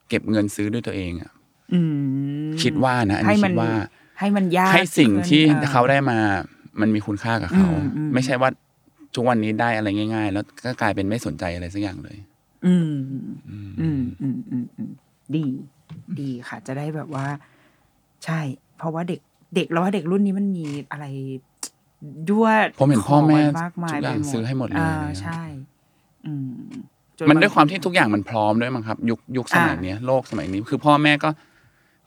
S2: เก็บเงินซื้อด้วยตัวเองอะ
S1: อื
S2: คิดว่านะอัน
S1: ให้
S2: นี้
S1: มั
S2: คิ
S1: น
S2: ดว่า
S1: ให้มันยาก
S2: ให้สิ่งที่
S1: ขึ้นออ
S2: เขาได้มา มันมีคุณค่ากับเขา
S1: อืมอืม
S2: ไม่ใช่ว่าทุกวันนี้ได้อะไรง่าย ๆ แล้วก็กลายเป็นไม่สนใจอะไรสักอย่างเลย
S1: อืม อืมอืมอืมอืมดี ดีค่ะ จะได้แบบว่า ใช่ เพราะว่าเด็กเด็กแล้วว่าเด็กรุ่นนี้มันมีอะไรด้วย
S2: ผมเห็นพ่อแม่
S1: มากมาย
S2: ทุกอย่า
S1: ไปห
S2: ง
S1: มด
S2: ซื้อให้หมดเลย
S1: อ่า
S2: อะไรเงี้ย
S1: ใช่ อืม จน
S2: มันด้วย
S1: บง
S2: ความที่ทุกอย่างมันพร้อมด้วยมั้งครับ ยุคยุคสมัยเนี้ยโลกสมัยนี้คือพ่อแม่ก็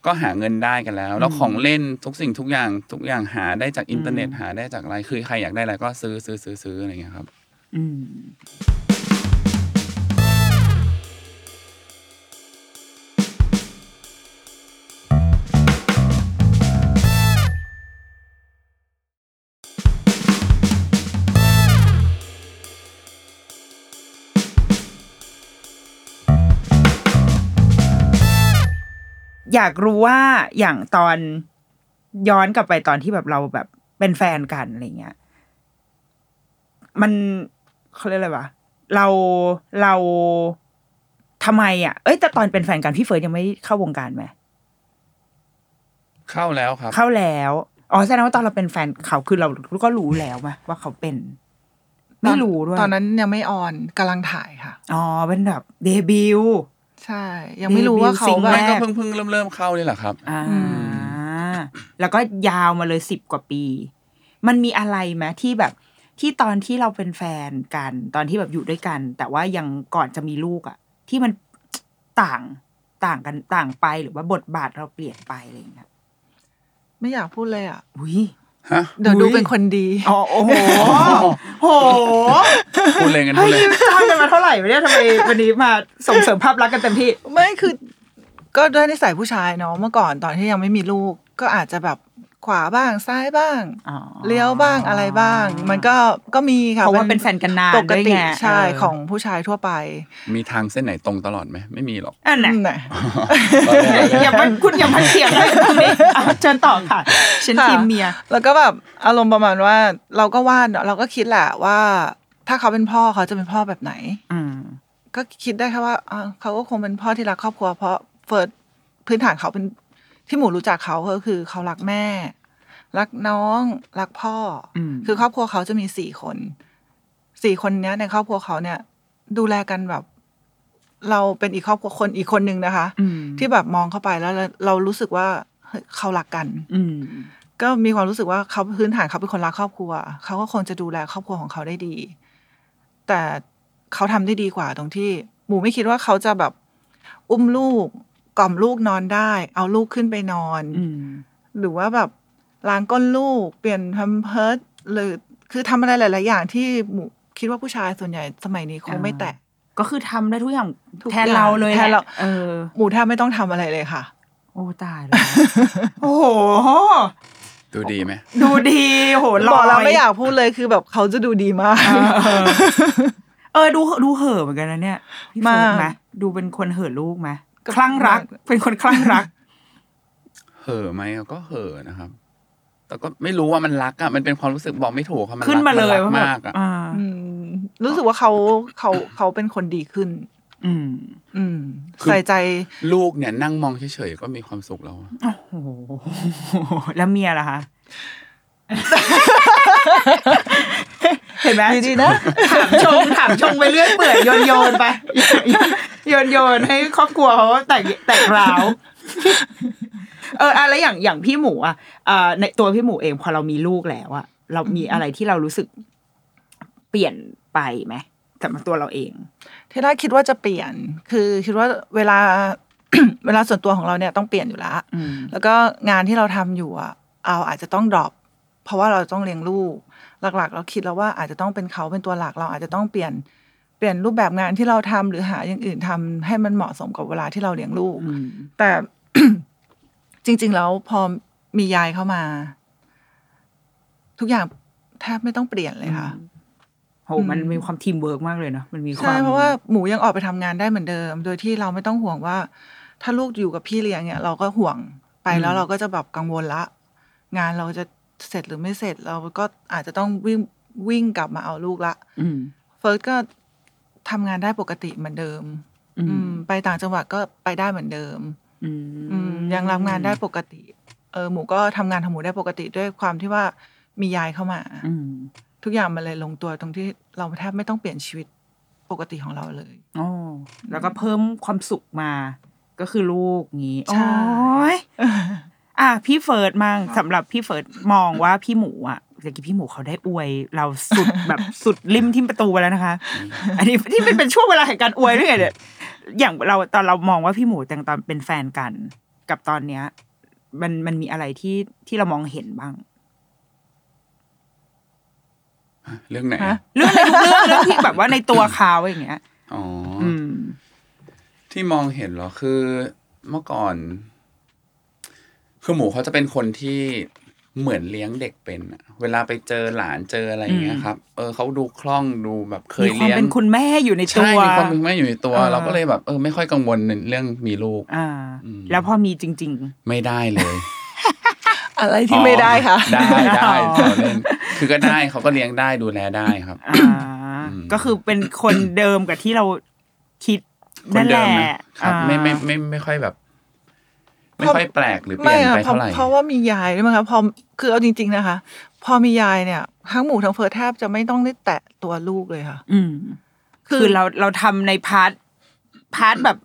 S2: ก็หาเงินได้กันแล้ว แล้วของเล่นทุกสิ่งทุกอย่างทุกอย่างหาได้จากอินเทอร์เน็ตหาได้จากอะไรคือใครอยากได้อะไรก็ซื้อซื้อซื้อซื้ออะไรอย่างเงี้ยครับ
S1: อืมอยากรู้ว่าอย่างตอนย้อนกลับไปตอนที่แบบเราแบบเป็นแฟนกันอะไรเงี้ย มันเขาเรียกอะไรวะเราเราทำไมอ่ะ เอ้ยแต่ตอนเป็นแฟนกันพี่เฟิร์สยังไม่เข้าวงการไหม
S2: เข้าแล้วครับ
S1: เข้าแล้วอ๋อแสดงว่าตอนเราเป็นแฟนเขาคือเราก็รู้แล้วไหมว่าเขาเป็น ไม่รู้ด้วย
S3: ตอนนั้นยังไม่ออนกำลังถ่ายค่ะ
S1: อ๋อเป็นแบบเดบิวต์
S3: ใช่ ยังไม่รู้ว่าเขา
S1: รีวิวซิง
S3: แบ
S1: เกิล
S3: บ
S2: ก็เพิ่งเพิ่งเริ่มเริ่มเข้านี่แหละครับ
S1: อ่า
S3: อื
S1: แล้วก็ยาวมาเลยสิบกว่าปี มันมีอะไรไหมที่แบบที่ตอนที่เราเป็นแฟนกัน ตอนที่แบบอยู่ด้วยกัน แต่ว่ายังก่อนจะมีลูกอ่ะ ที่มันต่างต่างกันต่างไปหรือว่าบทบาทเราเปลี่ยนไปอะไรอย่างเงี้ย
S3: ไม่อยากพูดเลยอ่ะ
S1: อุ้ย
S2: ฮะ
S3: เดี๋ยวดูเป็นคนดี
S1: อ๋อโอ้โหโอ้โห
S2: พูดเลยกันพู
S1: เฮ้
S2: ด
S1: ย
S2: เลย
S1: ทำกันมาเท่าไหร่วะเนี่ยทำไมวันนี้มาส่งเสริมภาพลักษณ์กันเต็มที่
S3: ไม่คือ ก็ด้วยนิสัยผู้ชายเนาะเมื่อก่อนตอนที่ยังไม่มีลูก ก็อาจจะแบบขวาบ้างซ้ายบ้าง
S1: อ๋อ
S3: เลี้ยวบ้างอะไรบ้าง มันก็ก็มีค่ะ
S1: เพราะว่าเป็นแฟนกันนาน
S3: ปก
S1: ด้วย
S3: ติ
S1: ไง
S3: ใช่
S1: เ
S3: ของผู้ชายทั่วไป
S2: มีทางเส้นไหนตรงตลอดไหมไม่มีหรอก
S1: อัน (laughs) น่ะ
S3: น่ะ
S1: อย่ามาคุณอย่ามาเถียงเลยตรงนี้อ่ะเชิญต่อค่ะฉัน
S3: ค่ะ
S1: ทีมเมีย
S3: แล้วก็แบบอารมณ์ประมาณว่าเราก็วาดเนาะเราก็คิดแหละว่า ถ้าเขาเป็นพ่อเขาจะเป็นพ่อแบบไหน
S1: อืม
S3: ก็คิดได้แค่ว่าอ่าเขาก็คงเป็นพ่อที่รักครอบครัว เพราะเฟิร์สพื้นฐานเขาเป็นที่หมูรู้จักเขาก็คือเขารักแม่ รักน้อง รักพ่ออ
S1: ม
S3: คือครอบครัวเขาจะมีสี่คนสี่คนเนี้ยในครอบครัวเขาเนี่ย ดูแลกันแบบ เราเป็นอีกครอบครัวคนอีกคนนึงนะคะ
S1: อืม
S3: ที่แบบมองเข้าไปแล้วเราเรารู้สึกว่าเฮ้ยเขารักกัน
S1: อืม
S3: ก็มีความรู้สึกว่าเขาพื้นฐานเขาเป็นคนรักครอบครัว เขาก็คงจะดูแลครอบครัวของเขาได้ดี แต่เขาทำได้ดีกว่าตรงที่หมูไม่คิดว่าเขาจะแบบอุ้มลูกกล่อมลูกนอนได้ เอาลูกขึ้นไปนอน
S1: อืม
S3: หรือว่าแบบล้างก้นลูก เปลี่ยนแพมเพิร์สหรือคือทำอะไรหลาย ๆ อย่างที่หมูคิดว่าผู้ชายส่วนใหญ่สมัยนี้คงไม่แตะ
S1: ก็คือทำได้ทุกอย่าง
S3: ทุก
S1: แทนเราเลย
S3: อย่างแทนเรา
S1: เออ
S3: หมูแทบไม่ต้องทำอะไรเลยค่ะ
S1: โอ้ตายแล้ว (laughs) โอ้โห
S2: ดูดีไหม
S1: ดูดีโหล
S3: บ
S1: อ
S3: อย กแล้วไม่อยากพูดเลยคือแบบเขาจะดูดีมาก
S1: เออเออ (laughs) เออดูดูเห่อะเหมือนกันนะเนี่ยพี่เฟิร์สไหม
S3: มาก
S1: ดูเป็นคนเห่อะลูกไหมคลั่งรัก เป็นคนคลั่ง
S2: (laughs)
S1: รัก
S2: เห่อไหมก็เห่อนะครับ แต่ก็ไม่รู้ว่ามันรักอ่ะมันเป็นความรู้สึกบอกไม่ถูกครับมันรัก
S1: ขึ้นมาเลย
S2: นรั
S1: ว่าก แบบ
S2: มากอ่ะ
S1: อ่า
S3: อืมรู้สึกว่าเขาเขาเขาเป็นคนดีขึ้น
S1: อืม
S3: อืม ใส่ใจ
S2: ลูกเนี่ยนั่งมองเฉยๆก็มีความสุขแล้วอะ
S1: โอ้โห (laughs) แล้วเมียล่ะคะ (laughs) เห็นไหม
S3: ดีๆนะ
S1: ถามชงถามชงไปเรื่อยเปื่อยโยนโยนไป (laughs) โยนโยนให้ครอบครัวเขาแตกแตกร้าว (laughs) เอออะไรอย่างอย่างพี่หมูอ่ะเอ่อในตัวพี่หมูเองพอเรามีลูกแล้วอ่ะเรามีอะไรที่เรารู้สึกเปลี่ยนไปไหมสำหรับตัวเราเอง
S3: ที่แรกคิดว่าจะเปลี่ยน คือคิดว่าเวลา (coughs) เวลาส่วนตัวของเราเนี่ยต้องเปลี่ยนอยู่ละ
S1: อืม
S3: แล้วก็งานที่เราทำอยู่อ่ะเอาอาจจะต้องดรอปเพราะว่าเราต้องเลี้ยงลูก หลัก ๆ เราคิดแล้วว่าอาจจะต้องเป็นเขาเป็นตัวหลักเราอาจจะต้องเปลี่ยนเปลี่ยนรูปแบบงานที่เราทำหรือหาอย่างอื่นทำให้มันเหมาะสมกับเวลาที่เราเลี้ยงลูก
S1: อืม
S3: แต่ (coughs) จริง ๆ แล้วพอมียายเข้ามา ทุกอย่างแทบไม่ต้องเปลี่ยนเลยค่ะ
S1: โหมันมีความทีมเวิร์กมากเลยเนาะมันมีควา
S3: ใช่
S1: ม
S3: เพราะว่าหมูยังออกไปทำงานได้เหมือนเดิม โดยที่เราไม่ต้องห่วงว่า ถ้าลูกอยู่กับพี่เลี้ยงเนี่ย เราก็ห่วงไปแล้วเราก็จะแบบกังวลละ งานเราจะเสร็จหรือไม่เสร็จ เราก็อาจจะต้องวิ่งวิ่งกลับมาเอาลูกละ
S1: อืม
S3: เฟิร์สก็ทำงานได้ปกติเหมือนเดิม
S1: อื
S3: อื
S1: ม
S3: ม ไปต่างจังหวัดก็ไปได้เหมือนเดิม
S1: อืม
S3: อืมยังรับงานได้ปกติ เออหมูก็ทำงานของหมูได้ปกติด้วยความที่ว่ามียายเข้ามา
S1: อืม
S3: ทุกอย่างมันเลยลงตัวตรงที่เราแทบไม่ต้องเปลี่ยนชีวิตปกติของเราเลย
S1: อ๋อแล้วก็เพิ่มความสุขมา ก็คือลูกงี้
S3: ใช่
S1: (laughs) โอ้ย อ่ะพี่เฟิร์ดมั่งสำหรับพี่เฟิร์ดมองว่าพี่หมูอ่ะ ตะกี้พี่หมูเขาได้อวย เราสุด (laughs) แบบสุดริมทิมประตูไปแล้วนะคะ อันนี้ที่มันเป็นช่วงเวลาแห่งการอวยด้วยไงเนี่ยอย่างเราตอนเรามองว่าพี่หมูแต่งตอนเป็นแฟนกัน กับตอนเนี้ย มันมันมีอะไรที่ที่เรามองเห็นบ้าง
S2: เรื่องไหน
S3: ฮะ
S1: เรื่องอะไรทุกเรื่องเรื่องที่แบบว่าในตัวเขาอย่างเงี้ย
S2: อ๋ออ
S1: อืม
S2: ที่มองเห็นเหรอคือเมื่อก่อน คือหมูเขาจะเป็นคนที่เหมือนเลี้ยงเด็กเป็นอะเวลาไปเจอหลานเจออะไรอย่างเงี้ยครับ เออเขาดูคล่องดูแบบเค
S1: มี
S2: ย
S1: ความ
S2: เลี้ยง
S1: เป็นคุณแม่อยู่ในตั
S2: ใช่
S1: ว
S2: มีความเป็นแม่อยู่ในตัว
S1: อ่า
S2: เราก็เลยแบบเออไม่ค่อยกังวลในเรื่องมีลูก
S1: อ่า
S2: อืม
S1: แล้วพอมีจริง
S2: ไม่ได้เลย
S3: อะไรที่ไม่ได้ค่ะ
S2: อ๋อได้ได้
S1: อ๋อ
S2: ต่อเล่นคือก็ได้เขาก็เลี้ยงได้ดูแลได้ครับ
S1: ๆ อ่า ก็คือเป็นคนเดิมกับที่เราคิด
S2: คน
S1: นั่นแห
S2: เดิม
S1: ละ
S2: นะครั
S1: อ่า
S2: บไม่ไม่ไม่ไม่ค่อยแบบ ไม่ค่อยแปลกหรือเปลี่ยนไป
S3: อะเพราะ
S2: เท่าไหร่
S3: เพราะว่ามียายด้วยมั้งคะพอคือเอาจริง ๆนะคะ พอมียายเนี่ยทั้งหมูทั้งเฟิร์สแทบจะไม่ต้องได้แตะตัวลูกเลยค่ะ
S1: อืม
S3: คื
S1: คือ อเราเราทำในพาร์ทพาร์ทแบบ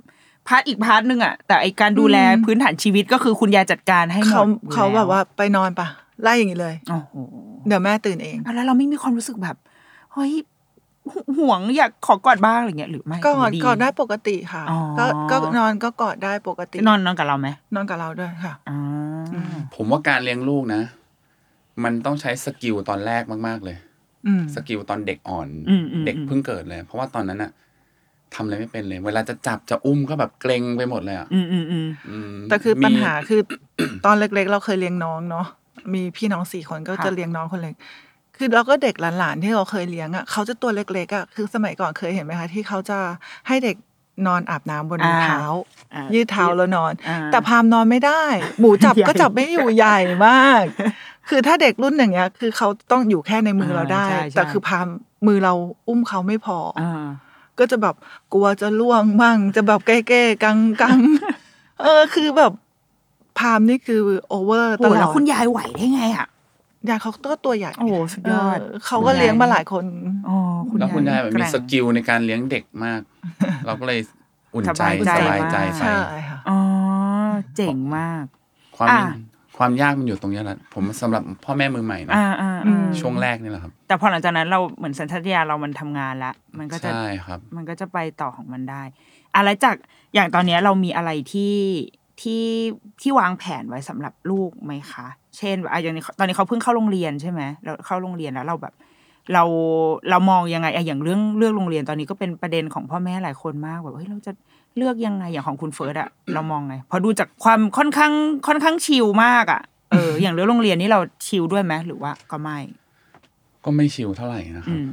S1: พาร์ทอีกพาร์ทหนึ่งอะแต่ไอการดูแล
S3: อืม
S1: พื้นฐานชีวิตก็คือคุณยายจัดการให้หมด
S3: เขา
S1: อยู่
S3: เขา
S1: ล้
S3: แบบว่าไปนอนปะไล่อย่างนี้เลย
S1: โอ้โห
S3: เดี๋ยวแม่ตื่นเอง
S1: อ่ะแล้วเราไม่มีความรู้สึกแบบเฮ้ยห่วงอยากขอกอดบ้างอะไรเงี้ยหรือไม่
S3: กอด
S1: ดี
S3: กอดได้ปกติค่ะ
S1: อ๋อ
S3: ก็ก็นอนก็กอดได้ปกติ
S1: นอนนอนกับเราไหม
S3: นอนกับเราด้วยค่ะ
S1: อ๋ออ
S3: ม
S2: ผมว่าการเลี้ยงลูกนะ มันต้องใช้สกิลตอนแรกมาก ๆ เลย
S3: อืม
S2: สกิลตอนเด็กอ่อน
S1: อืมอืม
S2: เด็กเพิ่งเกิดเลย เพราะว่าตอนนั้นอะทำอะไรไม่เป็นเลย เวลาจะจับจะอุ้มก็แบบเกรงไปหมดเลยอะ
S1: อืมอืมอืม
S2: อืม
S3: แต่คือ
S2: มี
S3: ปัญหาคือ (coughs) ตอนเล็กๆ เราเคยเลี้ยงน้องเนาะมีพี่น้องสี่คนก็
S1: ค่ะ
S3: จะเลี้ยงน้องคนเล็ก คือเราก็เด็กหลานๆที่เราเคยเลี้ยงอ่ะเขาจะตัวเล็กๆอ่ะคือสมัยก่อนเคยเห็นไหมคะที่เขาจะให้เด็กนอนอาบน้ำบนเท้า
S1: อ่ะ
S3: ยืดเท้าแล้วนอน
S1: อ่า
S3: แต่พามนอนไม่ได้ หมูจับ
S1: (laughs) ใหญ่
S3: ก็จับไม่อยู่ใหญ่มาก คือถ้าเด็กรุ่นอย่างเงี้ย คือเขาต้องอยู่แค่ในมือเราได้
S1: อ่าใช่ใช่
S3: แต่คือพามมือเราอุ้มเขาไม่พอ
S1: อ่า
S3: ก็จะแบบกลัวจะล่วงมั่ง จะแบบเก้ๆกังกัง
S1: (laughs)
S3: ๆเออคือแบบพามนี่คือโอเวอร์ต
S1: โอ้
S3: ล
S1: แล้
S3: อ
S1: ว
S3: ด
S1: คุณยายไหวได้ไงอ่ะ
S3: ยายเขาก็ตัวใหญ่
S1: โอ้โหสุดยอด
S3: เเขาก็เลี้ยงมาหลายคน
S1: อ๋อคุณ
S2: แล้วคุณยาย
S1: าย
S2: แบบมี
S1: แร่ง
S2: สกิลในการเลี้ยงเด็กมาก เราก็เลยอุ่นใจ
S1: ส
S2: ส
S1: บา
S2: บาย ย
S1: ใจ
S2: ใจไป
S3: ใช่ค่ะ
S1: อ๋อ เจ๋งมาก
S2: ความ
S1: อ่ะ
S2: ความยากมันอยู่ตรงเนี้ยแหละผมสำหรับพ่อแม่มือใหม่เนอะ
S1: อ่าอ่า
S3: อืม
S2: ช่วงแรกนี่แหละครับ
S1: แต่พอหลังจากนั้นเราเหมือนสัญชาตญาณเรามันทำงานละมันก็จะ
S2: ใช่ครับ
S1: มันก็จะไปต่อของมันได้ อะไรจากอย่างตอนเนี้ยเรามีอะไรที่ที่ที่วางแผนไว้สำหรับลูกไหมคะ เช่นแบบอ่ะอย่างนี้ตอนนี้เขาเพิ่งเข้าโรงเรียนใช่ไหมเราเข้าโรงเรียนแล้วเราแบบ เราเรามองยังไงอะอย่างเรื่องเรื่องโรงเรียนตอนนี้ก็เป็นประเด็นของพ่อแม่หลายคนมากแบบเฮ้ยเราจะเลือกยังไงอย่างของคุณเฟิร์สอะเรามองไงพอดูจากความค่อนข้างค่อนข้างชิลมากอะเออ อย่างเรื่องโรงเรียนนี่เราชิลด้วยไหมหรือว่าก็ไม่
S2: ก็ไม่ชิวเท่าไหร่นะค
S1: อื
S2: รับ
S1: ม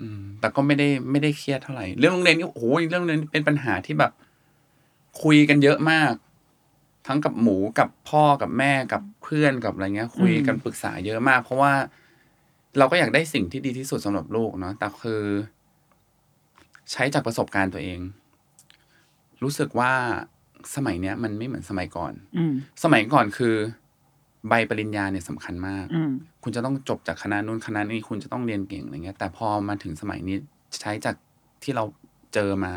S2: อืมแต่ก็ไม่ได้ไม่ได้เครียดเท่าไหร่ เรื่องโรงเรียนนี่โอ้โหเรื่องโรงเรียนเป็นปัญหาที่แบบ คุยกันเยอะมาก ทั้งกับหมูกับพ่อกับแม่กับเพื่อนกับอะไรเงี้ย คุยกันปรึกษาเยอะมาก เพราะว่า เราก็อยากได้สิ่งที่ดีที่สุดสำหรับลูกเนาะแต่คือ ใช้จากประสบการณ์ตัวเอง รู้สึกว่าสมัยเนี้ย มันไม่เหมือนสมัยก่อน
S1: อืม
S2: สมัยก่อนคือ ใบปริญญาเนี่ยสำคัญมาก
S1: อืม
S2: คุณจะต้องจบจากคณะนู้นคณะนี้คุณจะต้องเรียนเก่งอะไรเงี้ย แต่พอมาถึงสมัยนี้ใช้จากที่เราเจอมา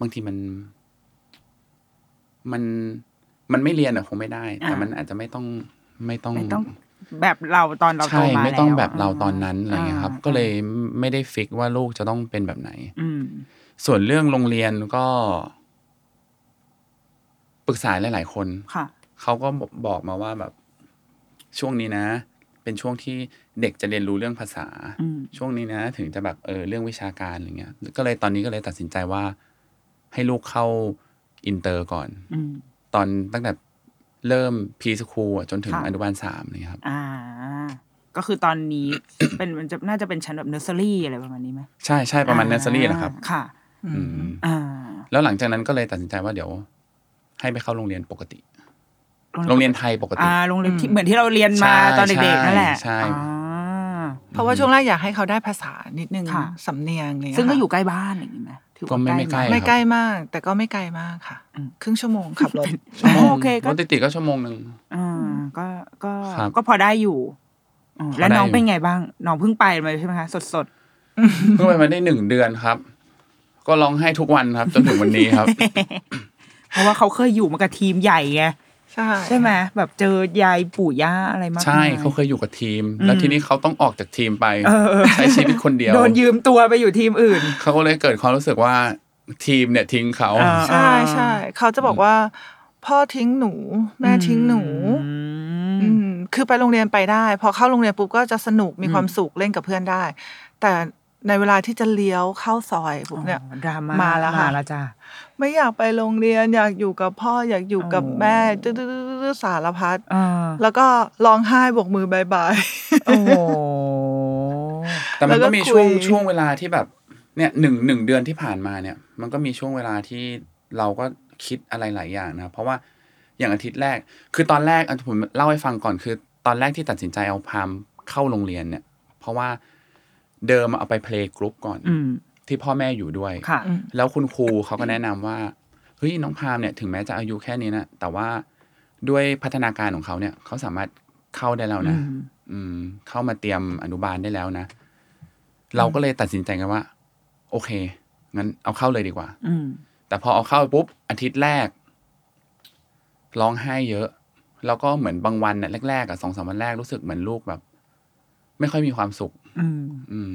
S2: บางทีมัน มันมันไม่เรียนอะคงไม่ได้ แต่
S1: อ่ามั
S2: มันอาจจะไม่ต้องไม่ต้อง
S1: ไม่ต้องแบบเราตอนเราโต
S2: ใช่
S1: มา
S2: ไม่ต้อง
S1: ล้ว
S2: แบบเราตอนนั้นอะไรเงี้ยครับ
S1: อ่า
S2: ก็เลยไม่ได้ฟิกว่าลูกจะต้องเป็นแบบไหน
S1: อืม
S2: ส่วนเรื่องโรงเรียนก็ปรึกษาหลาย ๆ คน
S1: ค่ะ
S2: เขาก็บอกมาว่าแบบช่วงนี้นะ เป็นช่วงที่เด็กจะเรียนรู้เรื่องภาษา
S1: อืม
S2: ช่วงนี้นะ ถึงจะแบบเออเรื่องวิชาการอะไรเงี้ย ก็เลยตอนนี้ก็เลยตัดสินใจว่า ให้ลูกเข้าอินเตอร์ก่อน
S1: อืม
S2: ตอนตั้งแต่เริ่มพีสคูลจนถึง
S1: ค่ะ
S2: อนุบาลสามเลยครับ
S1: อ่า ก็คือตอนนี้ (coughs) เป็นมันจะน่าจะเป็นชั้นแบบเนอร์เซอรี่อะไรประมาณนี้ไหม
S2: ใช่ใช่ประมาณเนอร์เซอรี่นะครับ
S1: ค่ะ
S2: อืม
S1: อ่า
S2: แล้วหลังจากนั้นก็เลยตัดสินใจว่าเดี๋ยว ให้ไปเข้าโรงเรียนปกติ โรงเรียนไทยปกติ
S1: อ่าโรงเรียนที่
S3: อืม
S1: เหมือนที่เราเรียนมา
S2: ใช่
S1: ตอนเด็กๆนั่นแหละ
S2: ใช่ใช่
S1: อ่า
S3: เพราะว่าช่วงแรกอยากให้เขาได้ภาษานิดนึง
S1: ค่ะ
S3: สำเนียงอะไรเลย
S1: ซึ่งก็
S3: ค่ะ
S1: อยู่ใกล้บ้านอย่างนี้ไหมถือว่า
S2: ก็ไม่ไม่ใกล้
S1: ห
S3: ไม่ใกล้มาก แต่ก็ไม่ไกลมากค่ะ
S1: อืม
S3: ครึ่งชั่วโมงขับรถ
S2: ชั่วโมง
S1: โอเคก็
S2: รถติดๆก็ชั่วโมงหนึ่ง
S1: อ่าก็ก็
S2: ครับ
S1: ก็พอได้อยู่อ่า
S2: พอได้อยู่
S1: แล้วน้องเป็นไงบ้าง น้องเพิ่งไปมาใช่ไหมคะสดสด
S2: เพิ่งไปมาได้หนึ่งเดือนครับ ก็ร้องไห้ทุกวันครับ จนถึงวันนี้ครับ
S1: ๆเพราะว่าเขาเคยอยู่มากับทีมใหญ่ไง
S3: ใช่
S1: ใช่ไหมแบบเจอยายปู่ย่าอะไรมาก
S2: ใช่
S1: มย
S2: เขาเคยอยู่กับทีม
S1: อืม
S2: แล้วทีนี้เขาต้องออกจากทีมไป
S1: เออ
S2: ใช้ชีวิตคนเดียว
S1: โดนยืมตัวไปอยู่ทีมอื่น
S2: เขาก็เลยเกิดความรู้สึกว่าทีมเนี่ยทิ้งเขา
S1: เออ
S3: ใช่ใช่เขาจะบอกว่า พ่อทิ้งหนู แม่ทิ้งหนู
S1: อื
S3: อื
S1: ม
S3: มคือไปโรงเรียนไปได้ พอเข้าโรงเรียนปุ๊บก็จะสนุกมี
S1: อืม
S3: ความสุขเล่นกับเพื่อนได้ แต่ในเวลาที่จะเลี้ยวเข้าซอยปุ๊บเนี่ย
S1: อ๋อดราม่า
S3: มา
S1: มา
S3: แล้วค่ะ
S1: มาแล้วจ้ะ
S3: ไม่อยากไปโรงเรียนอยากอยู่กับพ่ออยากอยู่กับ
S1: อ๋อ
S3: แม่ดื้อๆๆๆสารพัด
S1: เออ
S3: แล้วก็ร้องไห้บกมือบายบาย
S1: โอ้โห
S2: แต่มัน
S3: แล้วก็
S2: ก็มีช่วง
S3: คุย
S2: ช่วงเวลาที่แบบเนี่ยหนึ่งหนึ่งเดือนที่ผ่านมาเนี่ย มันก็มีช่วงเวลาที่เราก็คิดอะไรหลายอย่างนะเพราะว่าอย่างอาทิตย์แรก คือตอนแรกอ่ะผมเล่าให้ฟังก่อนคือ ตอนแรกที่ตัดสินใจเอาพามเข้าโรงเรียนเนี่ย เพราะว่าเดิมเอาไปเพลงกรุ๊ปก่อน
S1: อืม
S2: ที่พ่อแม่อยู่ด้วย
S1: ค่ะ
S3: อืม
S2: แล้วคุณครูเขาก็แนะนำว่าเฮ้ยน้องพามเนี่ยถึงแม้จะอายุแค่นี้นะแต่ว่าด้วยพัฒนาการของเขาเนี่ยเขาสามารถเข้าได้แล้วนะ
S1: อืม
S2: อืม เข้ามาเตรียมอนุบาลได้แล้วนะ เราก็เลยตัดสินใจกันว่า โอเคงั้นเอาเข้าเลยดีกว่า
S1: อืม
S2: แต่พอเอาเข้าปุ๊บอาทิตย์แรกร้องไห้เยอะ แล้วก็เหมือนบางวันน่ะแรกๆอ่ะสองสามวันแรกรู้สึกเหมือนลูกแบบ ไม่ค่อยมีความสุข
S1: อืม
S2: อืม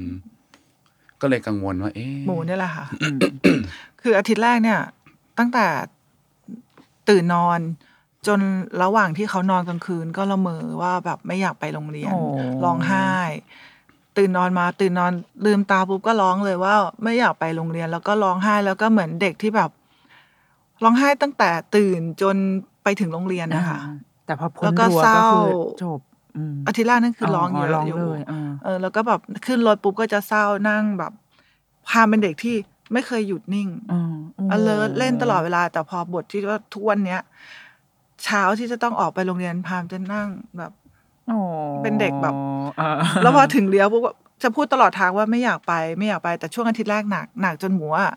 S2: ก็เลยกังวลว่า เอ๊ะ
S3: หมูเนี่ยแหละค่ะ คืออาทิตย์แรกเนี่ย ตั้งแต่ตื่นนอน จนระหว่างที่เขานอนกลางคืน ก็ละเมอว่าแบบไม่อยากไปโรงเรียน
S1: โอ้
S3: ร้องไห้ ตื่นนอนมา ตื่นนอนลืมตาปุ๊บก็ร้องเลยว่า ไม่อยากไปโรงเรียน แล้วก็ร้องไห้แล้วก็เหมือนเด็กที่แบบร้องไห้ตั้งแต่ตื่นจนไปถึงโรงเรียนนะคะ
S1: แต่พอพ้
S3: แล้
S1: น
S3: วก็
S1: รั้ว
S3: เศร้า
S1: ก็คือจบอืม
S3: อาทิตย์แรกนั่นคือร้องเย
S1: ร้อ
S3: อะ
S1: ง
S3: อยู่
S1: เลยอ่า
S3: เออแล้วก็แบบขึ้นรถปุ๊บก็จะเศร้านั่งแบบพามเป็นเด็กที่ไม่เคยหยุดนิ่ง
S1: อ่าโโห
S3: alert เล่นตลอดเวลา แต่พอบทที่ว่าทุกวันเนี้ย เช้าที่จะต้องออกไปโรงเรียนพามจะนั่งแบบ
S1: โอ้
S3: เป็นเด็กแบบ
S1: อ่า
S3: แล้วพอถึงเลี้ยวปุ๊บก็จะพูดตลอดทางว่าไม่อยากไปไม่อยากไปแต่ช่วงอาทิตย์แรกหนักหนักจนหมูอะ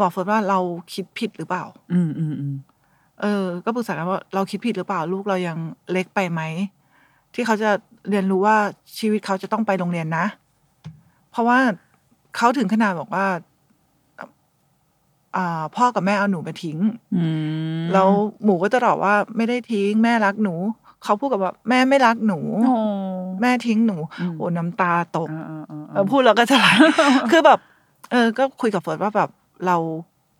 S3: บอกเฟิร์นว่าเราคิดผิดหรือเปล่า
S1: อืมอืมอืม
S3: เออ ก็ปรึกษากันว่าเราคิดผิดหรือเปล่าลูกเรายังเล็กไปไหม ที่เขาจะเรียนรู้ว่าชีวิตเขาจะต้องไปโรงเรียนนะ เพราะว่าเขาถึงขนาดบอกว่าอ่าพ่อกับแม่เอาหนูไปทิ้ง
S1: อืม
S3: แล้วหมูก็จะตอบว่าไม่ได้ทิ้ง แม่รักหนู เขาพูดกับว่าแม่ไม่รักหนู
S1: โอ้
S3: แม่ทิ้งหนู
S1: อืม
S3: โอ้น้ำตาตก
S1: อ่าอ่าอ่า
S3: เออพูดแล้วก็จะไหล คือแบบ เออ ก็คุยกับเฟิร์สว่าแบบเรา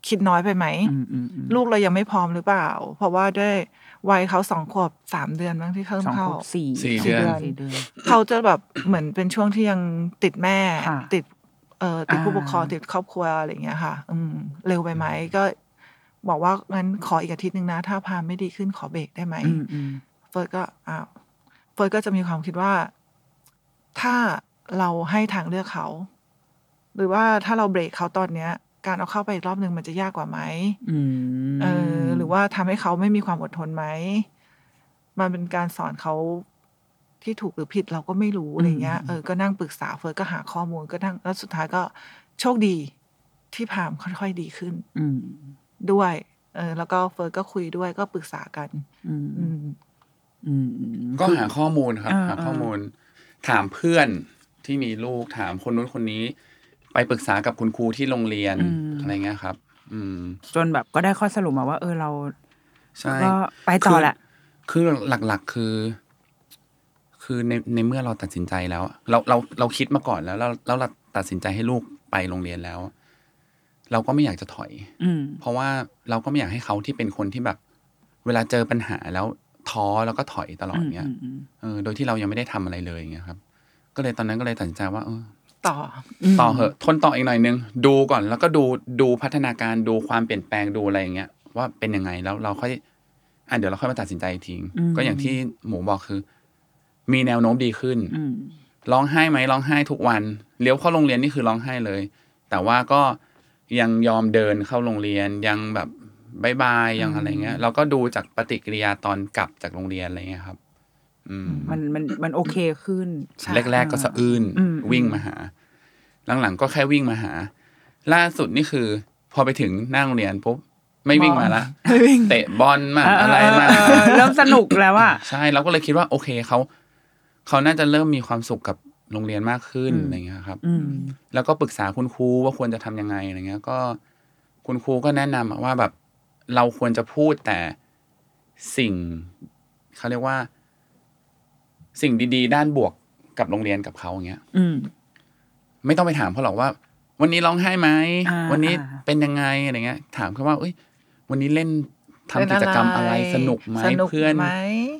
S3: คิดน้อยไปไหม
S1: อืมอืมอืม
S3: ลูกเรายังไม่พร้อมหรือเปล่า เพราะว่าด้วยวัยเขาสองขวบสามเดือนบ้างที่เพิ่ม
S1: สอง
S3: เข้า
S1: ขวบสี่
S2: สี่เดือน
S1: สี่เดือน
S3: เขาจะแบบเหมือนเป็นช่วงที่ยังติดแม่
S1: ค่ะ
S3: ติด เอ่อติด
S1: อ่า
S3: ผู้ปกครองติดครอบครัวอะไรอย่างเงี้ยค่ะ อืม เร็วไปไหมก็ บอกว่างั้นขออีกอาทิตย์หนึ่งนะ ถ้าพาไม่ดีขึ้นขอเบรกได้ไหม
S1: อืมอืม
S3: เฟิร์สก็อ้าวเฟิร์สก็จะมีความคิดว่า ถ้าเราให้ทางเลือกเขา หรือว่าถ้าเราเบรกเขาตอนเนี้ย การเอาเข้าไปอีกรอบหนึ่งมันจะยากกว่าไหม
S1: อืม
S3: เออหรือว่าทำให้เขาไม่มีความอดทนไหม มันเป็นการสอนเขาที่ถูกหรือผิดเราก็ไม่รู้อะไรเงี้ย เออ ก็นั่งปรึกษาเฟิร์สก็หาข้อมูลก็นั่งแล้วสุดท้ายก็โชคดีที่พามค่อยๆดีขึ้น
S1: อืม
S3: ด้วย เออ แล้วก็เฟิร์สก็คุยด้วยก็ปรึกษากัน
S1: อืม
S3: อืม
S1: อืมอืม
S2: ก็หาข้อมูลครับ
S1: อ่า
S2: หาข้ออา มูล ถามเพื่อนที่มีลูกถามคนนู้นคนนี้ ไปปรึกษากับคุณครูที่โรงเรียนอะไรเงี้ยครับ อืม
S1: จนแบบก็ได้ข้อสรุปมาว่า เออเรา
S2: ใช่
S1: ก็ไปต่อแหละ
S2: คือคือหลักๆคือ คือในในเมื่อเราตัดสินใจแล้วอะเราเราเราคิดมาก่อนแล้วแล้วแล้วเราตัดสินใจให้ลูกไปโรงเรียนแล้ว เราก็ไม่อยากจะถอย
S1: อืม
S2: เพราะว่าเราก็ไม่อยากให้เขาที่เป็นคนที่แบบ เวลาเจอปัญหาแล้วท้อแล้วก็ถอยตลอดเงี้ยเออโดยที่เรายังไม่ได้ทำอะไรเลยเงี้ยครับ ก็เลยตอนนั้นก็เลยตัดสินใจว่าเออ
S3: ต่อ
S2: ต่อเหอะทนต่ออีกหน่อยนึง ดูก่อนแล้วก็ดูดูพัฒนาการดูความเปลี่ยนแปลงดูอะไรอย่างเงี้ย ว่าเป็นยังไงแล้วเราค่อยอ่ะเดี๋ยวเราค่อยมาตัดสินใจอีกที
S1: อืม
S2: ก็อย่างที่หมูบอกคือ มีแนวโน้มดีขึ้น
S1: อืม
S2: ร้องไห้ไหมร้องไห้ทุกวันเลี้ยวเข้าโรงเรียนนี่คือร้องไห้เลย แต่ว่าก็ยังยอมเดินเข้าโรงเรียนยังแบบบายบายยังอะไรเงี้ย เราก็ดูจากปฏิกิริยาตอนกลับจากโรงเรียนอะไรเงี้ยครับ อืม
S1: มันมันมันโอเคขึ้น
S2: แรก ๆ ก็สะอื้น
S1: อืม
S2: วิ่งมาหา หลัง ๆ ก็แค่วิ่งมาหา ล่าสุดนี่คือ พอไปถึงหน้าโรงเรียนปุ๊บไม่วิ่งมาละเตะบอลมา
S1: เ
S2: อะไรมา
S1: เออเริ่มสนุกแล้วอ่ะ
S2: ใช่เราก็เลยคิดว่า โอเคเขาเขาน่าจะเริ่มมีความสุขกับโรงเรียนมากขึ้น
S1: อืม
S2: อะไรเงี้ยครับ
S1: อืม
S2: แล้วก็ปรึกษาคุณครูว่าควรจะทำยังไงอะไรเงี้ย ก็ คุณครูก็แนะนำอะว่าแบบเราควรจะพูดแต่ สิ่งเขาเรียกว่า สิ่งดีๆ ด้านบวกกับโรงเรียนกับเขาอย่างเงี้ย
S1: อืม
S2: ไม่ต้องไปถามเขาหรอกว่า วันนี้ร้องไห้ไหม
S1: อ่า
S2: วันนี้
S1: อ่า
S2: เป็นยังไงอะไรเงี้ย ถามแค่ว่าเอ้ย วันนี้เล่นทำ
S3: เล่น
S2: กิจกรรมอะไรสนุกไหม
S3: สนุก
S2: เพื่อน
S3: ไหม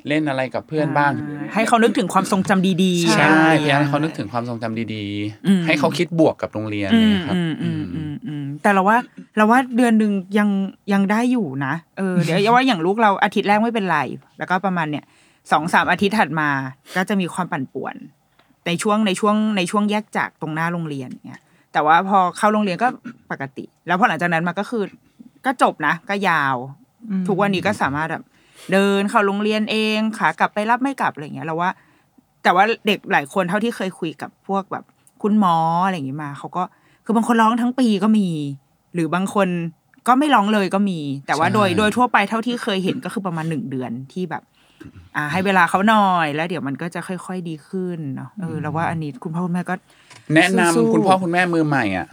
S2: เล่นอะไรกับเพื่อนบ้าง
S1: ให้เขานึกถึงความทรงจำดีๆ
S2: ใช่พยายาม
S3: ใช่
S2: ให้เขานึกถึงความทรงจำดี
S1: อืม
S2: ๆ ให้เขาคิดบวกกับโรงเรียน
S1: อืม
S2: นะไรเงี้ยครับ
S1: อืมอืมอืมอืมแต่เราว่าเราว่าเดือนหนึ่งยังยังได้อยู่นะเอ
S2: (laughs)
S1: อเดี๋ยวอย่าว่าอย่างลูกเราอาทิตย์แรกไม่เป็นไร แล้วก็ประมาณเนี่ยสองสามอาทิตย์ถัดมาก็จะมีความปั่นป่วน ในช่วงในช่วงในช่วงแยกจากตรงหน้าโรงเรียนเนี่ยแต่ว่าพอเข้าโรงเรียนก็ปกติ แล้วพอหลังจากนั้นมาก็คือ ก็จบนะ ก็ยาว
S3: อืม
S1: ทุกวันนี้ก็สามารถแบบเดินเข้าโรงเรียนเองขากลับไปรับไม่กลับอะไรอย่างเงี้ยเราว่า แต่ว่าเด็กหลายคนเท่าที่เคยคุยกับพวกแบบคุณหมออะไรอย่างงี้มาเขาก็คือบางคนร้องทั้งปีก็มี หรือบางคนก็ไม่ร้องเลยก็มี แต่ว่า
S2: ใช่
S1: โดยโดยทั่วไปเท่าที่เคยเห็นก็คือประมาณหนึ่งเดือนที่แบบ อ่า ให้เวลาเขาหน่อยแล้วเดี๋ยวมันก็จะค่อย ๆดีขึ้นเนาะเออเราว่าอันนี้คุณพ่อคุณแม่ก็
S2: แนะนำ
S1: สู้ๆ
S2: คุณพ่อคุณแม่มือใหม่อ่ะ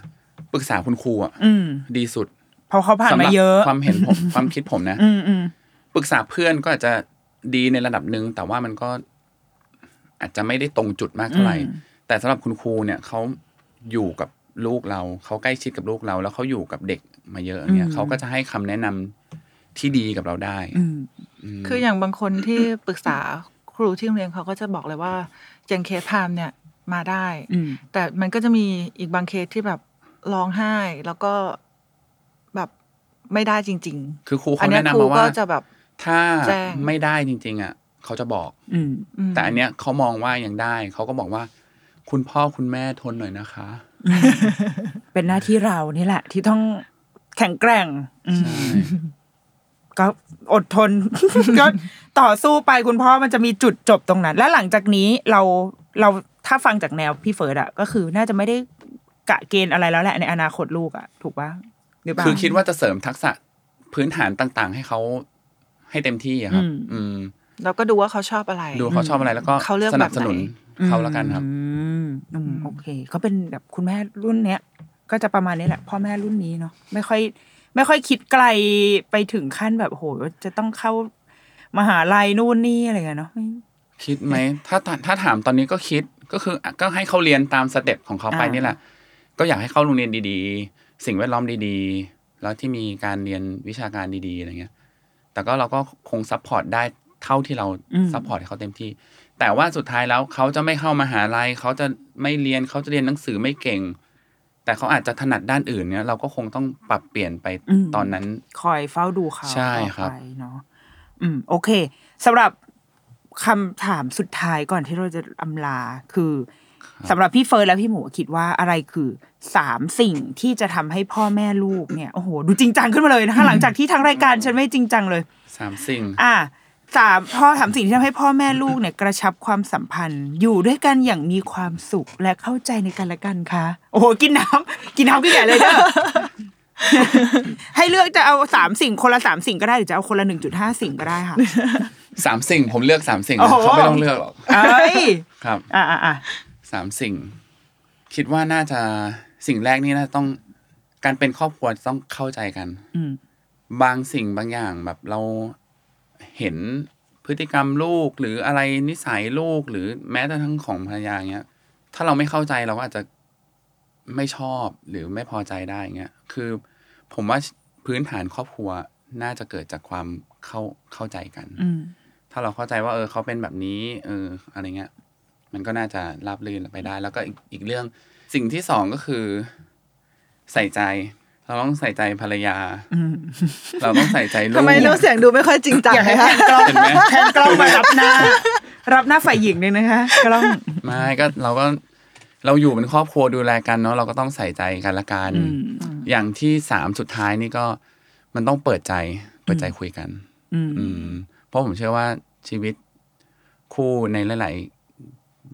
S2: ปรึกษาคุณครูอ่ะ
S1: อืม
S2: ดีสุด
S1: เพอเขาผ่าน
S2: สำห
S1: มา
S2: รับ
S1: เยอะ
S2: ความเห็นผม
S1: (laughs)
S2: ความคิดผมนะ
S1: อืมอืม
S2: ปรึกษาเพื่อนก็อาจจะดีในระดับหนึ่งแต่ว่ามันก็อาจจะไม่ได้ตรงจุดมากเท่าไหร่ แต่สำหรับคุณครูเนี่ยเขาอยู่กับลูกเราเขาใกล้ชิดกับลูกเรา แล้วเขาอยู่กับเด็กมาเยอะเนี่ยเขาก็จะให้คำแนะนำที่ดีกับเราได้
S1: อืม
S2: ม
S3: คืออย่างบางคนที่ปรึกษาครูที่โรงเรียนเขาก็จะบอกเลยว่าอย่างเคสพามเนี่ยมาได้
S1: อืม
S3: แต่มันก็จะมีอีกบางเคสที่แบบร้องไห้ แล้วก็แบบไม่ได้จริง
S2: คือครู
S3: ๆ อั
S2: เขา
S3: นเนี้ย
S2: แนะ
S3: ครู
S2: นำมา
S3: ก็
S2: ว่า
S3: จะแบบ
S2: ถ้า
S3: แจ้ง
S2: ไม่ได้จริง ๆ อ่ะเขาจะบอก
S1: อืม
S3: ม
S2: แต่อันเนี้ยเขามองว่ายังได้เขาก็บอกว่า คุณพ่อคุณแม่ทนหน่อยนะคะ
S1: เป็นหน้าที่เรานี่แหละ ที่ต้องแข็งแกร่ง อืมก็อดทน (laughs) ก็ต่อสู้ไปคุณพ่อมันจะมีจุดจบตรงนั้น และหลังจากนี้เราเราถ้าฟังจากแนวพี่เฟิร์ดอะก็คือน่าจะไม่ได้กะเกณฑ์อะไรแล้วแหละในอนาคตลูกอะถูกปะหรือเปล่า
S2: คือคิดว่าจะเสริมทักษะพื้นฐานต่าง ๆ ให้เขาให้เต็มที่อะครับ
S1: อืม
S2: อืม
S3: เราก็ดูว่าเขาชอบอะไร
S2: ดูเขาชอบอะไรแล้วก็
S3: เขาเลือก
S2: ส
S3: แบ
S2: นั
S3: บบ ไหน
S2: สนุนเขาแล้วกันครับ
S1: อืมอืมโอเคก็เป็นแบบคุณแม่รุ่นเนี้ยก็จะประมาณนี้แหละ พ่อแม่รุ่นนี้เนาะไม่ค่อย ไม่ค่อยคิดไกลไปถึงขั้นแบบโหจะต้องเข้ามหาลัยนู่นนี่อะไรเงี้ยเนาะไม่
S2: คิดไหมถ้าถ้าถ้าถามตอนนี้ก็คิดก็คืออ่ะก็ให้เขาเรียนตามสเต็ปของเขาไปนี่แหละ ก็อยากให้เข้าโรงเรียนดีๆ สิ่งแวดล้อมดีๆ แล้วที่มีการเรียนวิชาการดีๆอะไรเงี้ย แต่ก็เราก็คงซัพพอร์ตได้เท่าที่เราซัพพอร์ตให้เขาเต็มที่ แต่ว่าสุดท้ายแล้วเขาจะไม่เข้ามาหาลัยเขาจะไม่เรียนเขาจะเรียนหนังสือไม่เก่ง แต่เขาอาจจะถนัดด้านอื่นเนี่ยเราก็คงต้องปรับเปลี่ยนไปตอนนั้น
S1: คอยเฝ้าดูเขา
S2: ใช่ครับ
S1: ต่อไปเนาะอืม โอเคสำหรับคำถามสุดท้ายก่อนที่เราจะอำลาคือสำหรับพี่เฟิร์นและพี่หมูคิดว่าอะไรคือสามสิ่งที่จะทำให้พ่อแม่ลูกเนี่ยโอ้โหดูจริงจังขึ้นมาเลยนะคะ หลังจากที่ทางรายการฉันไม่จริงจังเลย
S2: สามสิ่ง
S1: อ่ะสามพ่อสามสิ่งที่ทำให้พ่อแม่ลูกเนี่ย กระชับความสัมพันธ์ อยู่ด้วยกันอย่างมีความสุขและเข้าใจในกันและกันค่ะ โอ้โห กินน้ำกินน้ำกินใหญ่เลยเด้อ (laughs) ให้เลือกจะเอาสามสิ่งคนละสามสิ่งก็ได้หรือจะเอาคนละหนึ่งจุดห้าสิ่งก็ได้ค่ะ
S2: สามสิ่ง ผมเลือกสามสิ่ง
S1: โอ้โห
S2: เขาไม่ต้องเลือกหรอก
S1: เอ้ย
S2: ครับ
S1: อ่ะอ่ะอ่ะ
S2: สามสิ่ง คิดว่าน่าจะสิ่งแรกนี่น่าจะต้องการเป็นครอบครัวต้องเข้าใจกัน
S1: อืม
S2: บางสิ่งบางอย่างแบบเราเห็นพฤติกรรมลูกหรืออะไรนิสัยลูกหรือแม้แต่ทั้งของภรรยาเงี้ย ถ้าเราไม่เข้าใจเราก็อาจจะไม่ชอบหรือไม่พอใจได้เงี้ยคือผมว่าพื้นฐานครอบครัวน่าจะเกิดจากความเข้าเข้าใจกัน
S1: อืม
S2: ถ้าเราเข้าใจว่าเออเขาเป็นแบบนี้ เอออะไรเงี้ย มันก็น่าจะราบรื่นไปได้ แล้วก็อีกอีกเรื่องสิ่งที่สองก็คือ ใส่ใจ เราต้องใส่ใจภรรยา เราต้องใส่ใจลูก
S3: ทำไมน้ำเสียงดูไม่ค่อยจริงจัง
S1: อยากให้
S3: เลยคะ
S1: แทนกล้อง
S2: เห็นไหม
S1: แทนกล้องมารับหน้า รับหน้าฝ่ายหญิงเลยนะคะกล้อง
S2: ไม่ก็เราก็เราอยู่เป็นครอบครัวดูแลกันเนาะเราก็ต้องใส่ใจกันละกัน
S1: อืม
S2: อย่างที่สามสุดท้ายนี่ก็มันต้องเปิดใจ เปิดใจคุยกัน
S1: อืม
S2: อืมเพราะผมเชื่อว่าชีวิตคู่ใน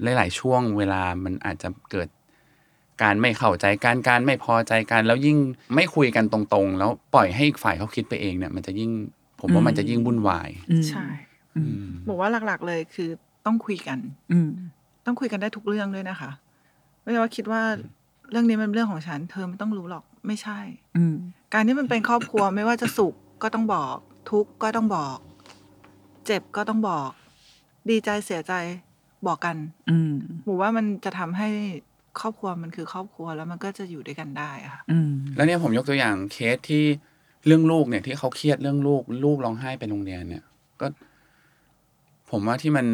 S2: หลาย ๆ หลาย ๆ ช่วงเวลามันอาจจะเกิดการไม่เข้าใจการการไม่พอใจกันแล้วยิ่งไม่คุยกันตรง ๆ แล้วปล่อยให้อีกฝ่ายเขาคิดไปเองเนี่ย มันจะยิ่งผมว่ามันจะยิ่งวุ่นวาย
S1: อืม
S3: ใช่
S2: อืม
S3: บอกว่าหลักๆเลยคือต้องคุยกัน
S1: อืม
S3: ต้องคุยกันได้ทุกเรื่องด้วยนะคะ ไม่ใช่ว่าคิดว่าเรื่องนี้มันเป็นเรื่องของฉัน เธอไม่ต้องรู้หรอกไม่ใช่
S1: อืม
S3: การที่มันเป็นครอบครัวไม่ว่าจะสุขก็ต้องบอก ทุกข์ก็ต้องบอก เจ็บก็ต้องบอก ดีใจเสียใจบอกกัน
S1: อืม
S3: หมูว่ามันจะทำให้ครอบครัวมันคือครอบครัวแล้วมันก็จะอยู่ด้วยกันได้อะค่ะ
S1: อืม
S2: แล้วเนี่ยผมยกตัวอย่างเคสที่เรื่องลูกเนี่ยที่เขาเครียดเรื่องลูกลูกร้องไห้ไปโรงเรียนเนี่ย ก็ ผมว่าที่มัน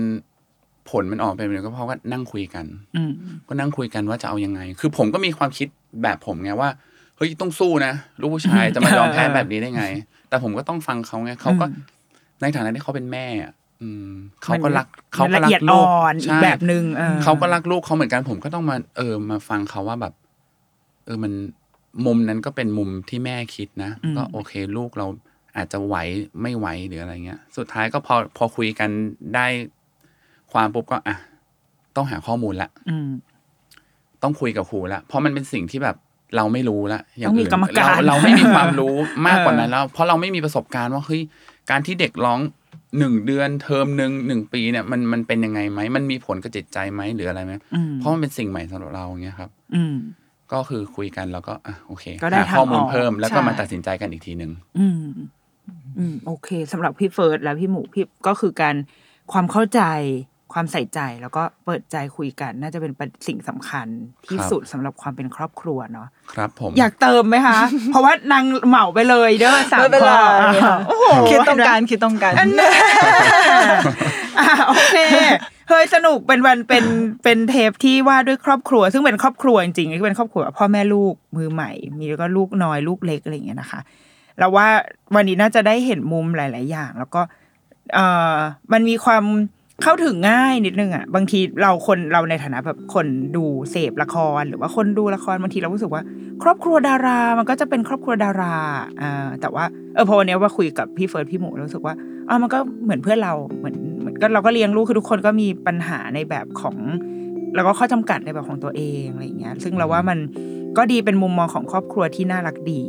S2: ผลมันออกเป็นแบบนี้ก็เพราะว่านั่งคุยกัน
S1: อืม
S2: ก็นั่งคุยกันว่าจะเอายังไง คือผมก็มีความคิดแบบผมไงว่า เฮ้ยต้องสู้นะ ลูกผู้
S1: (laughs)
S2: ชายจะมายอมแพ้แบบนี้ได้ไง แต่ผมก็ต้องฟังเขาไงเขาก็
S1: อืม
S2: ในฐานะที่เขาเป็นแม่อะอืมเขาก็รักเขา
S1: มัน
S2: ก็
S1: ละ
S2: รั
S1: เอีย
S2: ก
S1: ด
S2: ลู
S1: อ่
S2: ก
S1: อนอีก
S2: ใช่
S1: แบบหนึ่งออ
S2: เขาก็รักลูกเขาเหมือนกันผมก็ต้องมาเออมาฟังเขาว่าแบบ เออมันมุมนั้นก็เป็นมุมที่แม่คิดนะ
S1: อืม
S2: ก็โอเคลูกเราอาจจะไหวไม่ไหวหรืออะไรเงี้ย สุดท้ายก็พอพอคุยกันได้ความปุ๊บก็อ่ะต้องหาข้อมูลละ
S1: อืม
S2: ต้องคุยกับครูละเพราะมันเป็นสิ่งที่แบบเราไม่รู้ละอย่าง
S1: ต้องมี
S2: อื่น
S1: กรรมการ
S2: เราเราไม่มีความรู้มากกว่านั้น
S1: เออ
S2: แล้ว เพราะเราไม่มีประสบการณ์ว่าเฮ้ยการที่เด็กร้องหนึ่งเดือนเทอมหนึ่งหนึ่งปีเนี่ยมันมันเป็นยังไงไหมมันมีผลกับจิตใจไหมหรืออะไรไหม
S1: อืม
S2: เพราะมันเป็นสิ่งใหม่สำหรับเราอย่างเงี้ยครับ
S1: อืม
S2: ก็คือคุยกันแล้วก็อ่ะโอเค
S1: ก็ได้
S2: หา
S1: ทาง
S2: ข้อมูล
S1: ออก
S2: เพิ่มแล้วก็มา
S3: ใช่
S2: ตัดสินใจกันอีกทีหนึ่ง
S1: อืม อืม โอเคสำหรับพี่เฟิร์สและพี่หมูพี่ก็คือการความเข้าใจความใส่ใจแล้วก็เปิดใจคุยกัน น่าจะเป็นประสิ่งสำคัญที่สุดสำหรับความเป็นครอบครัวเนาะ
S2: ครับผม
S1: อยากเติมไหมคะ เพราะว่านางเหมาไปเลยเด้อสาม
S3: ไม่เป็น
S1: ข้
S3: ไร
S1: ออ่ะโอ้โห
S3: คิดต้องการคิดต้องการ
S1: อันแน่อ่ะโอเค เฮ้ยสนุกเป็นวันเป็นเป็นเทปที่ว่าด้วยครอบครัว ซึ่งเป็นครอบครัวจริงๆก็เป็นครอบครัวพ่อแม่ลูกมือใหม่ มีแล้วก็ลูกน้อยลูกเล็กอะไรอย่างเงี้ยนะคะ เราว่าวันนี้น่าจะได้เห็นมุมหลาย ๆ อย่าง แล้วก็ เอ่อมันมีความเข้าถึงง่ายนิดนึงอ่ะบางทีเราคนเราในฐานะแบบคนดูเสพละคร หรือว่าคนดูละครบางทีเรารู้สึกว่า ครอบครัวดารา มันก็จะเป็นครอบครัวดาราอ่าแต่ว่าเออพอวันเนี้ยว่าคุยกับพี่เฟิร์สพี่หมูรู้สึกว่า อ่ามันก็เหมือนเพื่อนเราเหมือนเหมือนก็เราก็เลี้ยงลูกคือทุกคนก็มีปัญหาในแบบของ แล้วก็ข้อจำกัดในแบบของตัวเองอะไรอย่างเงี้ย ซึ่งเราว่ามันก็ดีเป็นมุมมองของครอบครัวที่น่ารักดี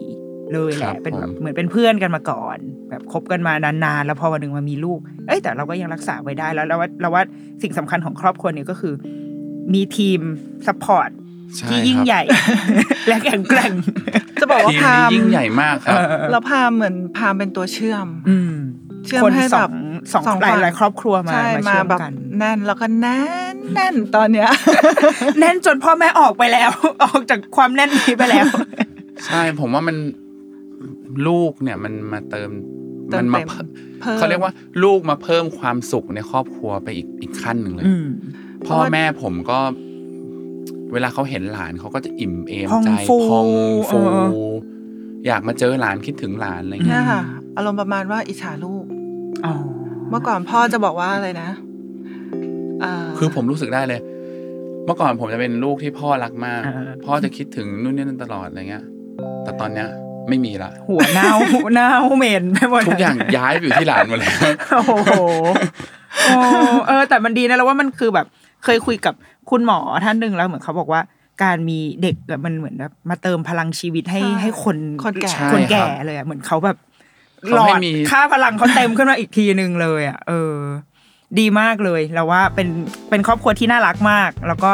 S1: เลยแห
S2: ครั
S1: ละ
S2: บ
S1: เป็นแบบ
S2: ผม
S1: เหมือนเป็นเพื่อนกันมาก่อน แบบคบกันมานานๆแล้วพอวันหนึ่งมามีลูก เอ้ยแต่เราก็ยังรักษาไว้ได้แล้วเราว่าเราว่าสิ่งสำคัญของครอบครัวนี้ก็คือ มีทีมซัพพอร์ต
S2: ช่
S1: ที่ยิ่งใหญ่ (laughs) และแข็งแกร่ง
S3: จะบอกว่า
S2: ทีม
S3: พา
S2: นี้
S3: ม
S2: ยิ่งใหญ่มากครับ
S3: เราพามเหมือนพามเป็นตัวเชื่อม
S1: อืม
S3: เชื่อม
S1: คน
S3: ให้
S1: ส
S3: แบ
S1: อบ งสองห
S3: ฝั่
S1: ลายหลายๆครอบครัวมา
S3: ใช่
S1: มา
S3: มา
S1: เชื่อม
S3: แบบ
S1: กัน
S3: แน่นแล้วก็แน่นแน่นตอนเนี้ย
S1: แน่นจนพ่อแม่ออกไปแล้ว (laughs) ออกจากความแน่นนี้ไปแล้ว
S2: ใช่ผมว่ามันลูกเนี่ยมันมาเติม
S3: เติม
S2: มันมา
S3: เต็ม
S2: เพิ่ม
S3: เพิ่ม
S2: เขาเรียกว่าลูกมาเพิ่มความสุขในครอบครัวไปอีกอีกขั้นหนึ่งเลย
S1: อืม
S2: พ่อแม่ผมก็ เวลาเขาเห็นหลานเขาก็จะอิ่มเอม
S1: พอง
S2: ใจ
S1: ฟู
S2: พองฟู
S1: เออ
S2: อยากมาเจอหลานคิดถึงหลานอะไรเงี้ย
S3: เนี่ยค่ะอารมณ์ประมาณว่าอิจฉาลูก
S1: อ๋อ
S3: เมื่อก่อนพ่อจะบอกว่าอะไรนะา
S2: คือผมรู้สึกได้เลย เมื่อก่อนผมจะเป็นลูกที่พ่อรักมาก พ่อจะคิดถึงนู่นนี่นั่นตลอดอะไรเงี้ย แต่ตอนเนี้ยไม่มีละ
S1: หัวเน่า (laughs) หัวเน่าเหม็นไปหมด
S2: ทุกอย่างย้ายไปอยู่ที่ (laughs) หลานหมดแล้ว
S1: โอ้โหโอ้เออ แต่มันดีนะแล้วว่ามันคือแบบ เคยคุยกับคุณหมอท่านหนึ่งแล้วเหมือนเขาบอกว่า การมีเด็กแบบมันเหมือนแบบมาเติมพลังชีวิตให้ให้คน
S3: คนแก่
S2: ใช่
S1: คนแก่
S2: ครับ
S1: เลยอะเหมือนเขาแบบหล
S2: เขา
S1: อ
S2: ให้
S1: ด
S2: มี
S1: ค่าพลังเขาเต็มขึ้นมาอีกทีนึงเลยอ่ะเออ ดีมากเลยแล้วว่าเป็นเป็นครอบครัวที่น่ารักมาก แล้วก็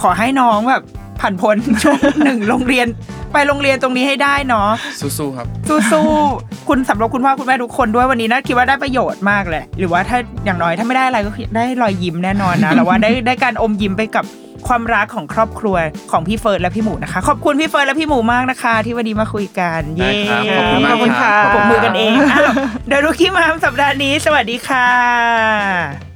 S1: ขอให้น้องแบบผ่าน (laughs) พ้น ช่วงหนึ่งโรงเรียน ไปโรงเรียนตรงนี้ให้ได้เนาะ
S2: สู้ๆครับ
S1: สู้ๆ คุณสำหรับคุณพ่อคุณแม่ทุกคนด้วยวันนี้นะคิดว่าได้ประโยชน์มากเลย หรือว่าถ้าอย่างน้อยถ้าไม่ได้อะไรก็คือได้รอยยิ้มแน่นอนนะ (laughs) แล้วว่าได้ได้การอมยิ้มไปกับความรักของครอบครัวของพี่เฟิร์นและพี่หมูนะคะขอบคุณพี่เฟิร์นและพี่หมูมากนะคะ ที่วันนี้มาคุยกันเย้
S2: ได้ครับขอบคุณมาก
S3: ขอบคุณค่ะ
S1: ปรบมือกันเอง อ้าวเดรุกี้มามสัปดาห์นี้ สวัสดีค่ะ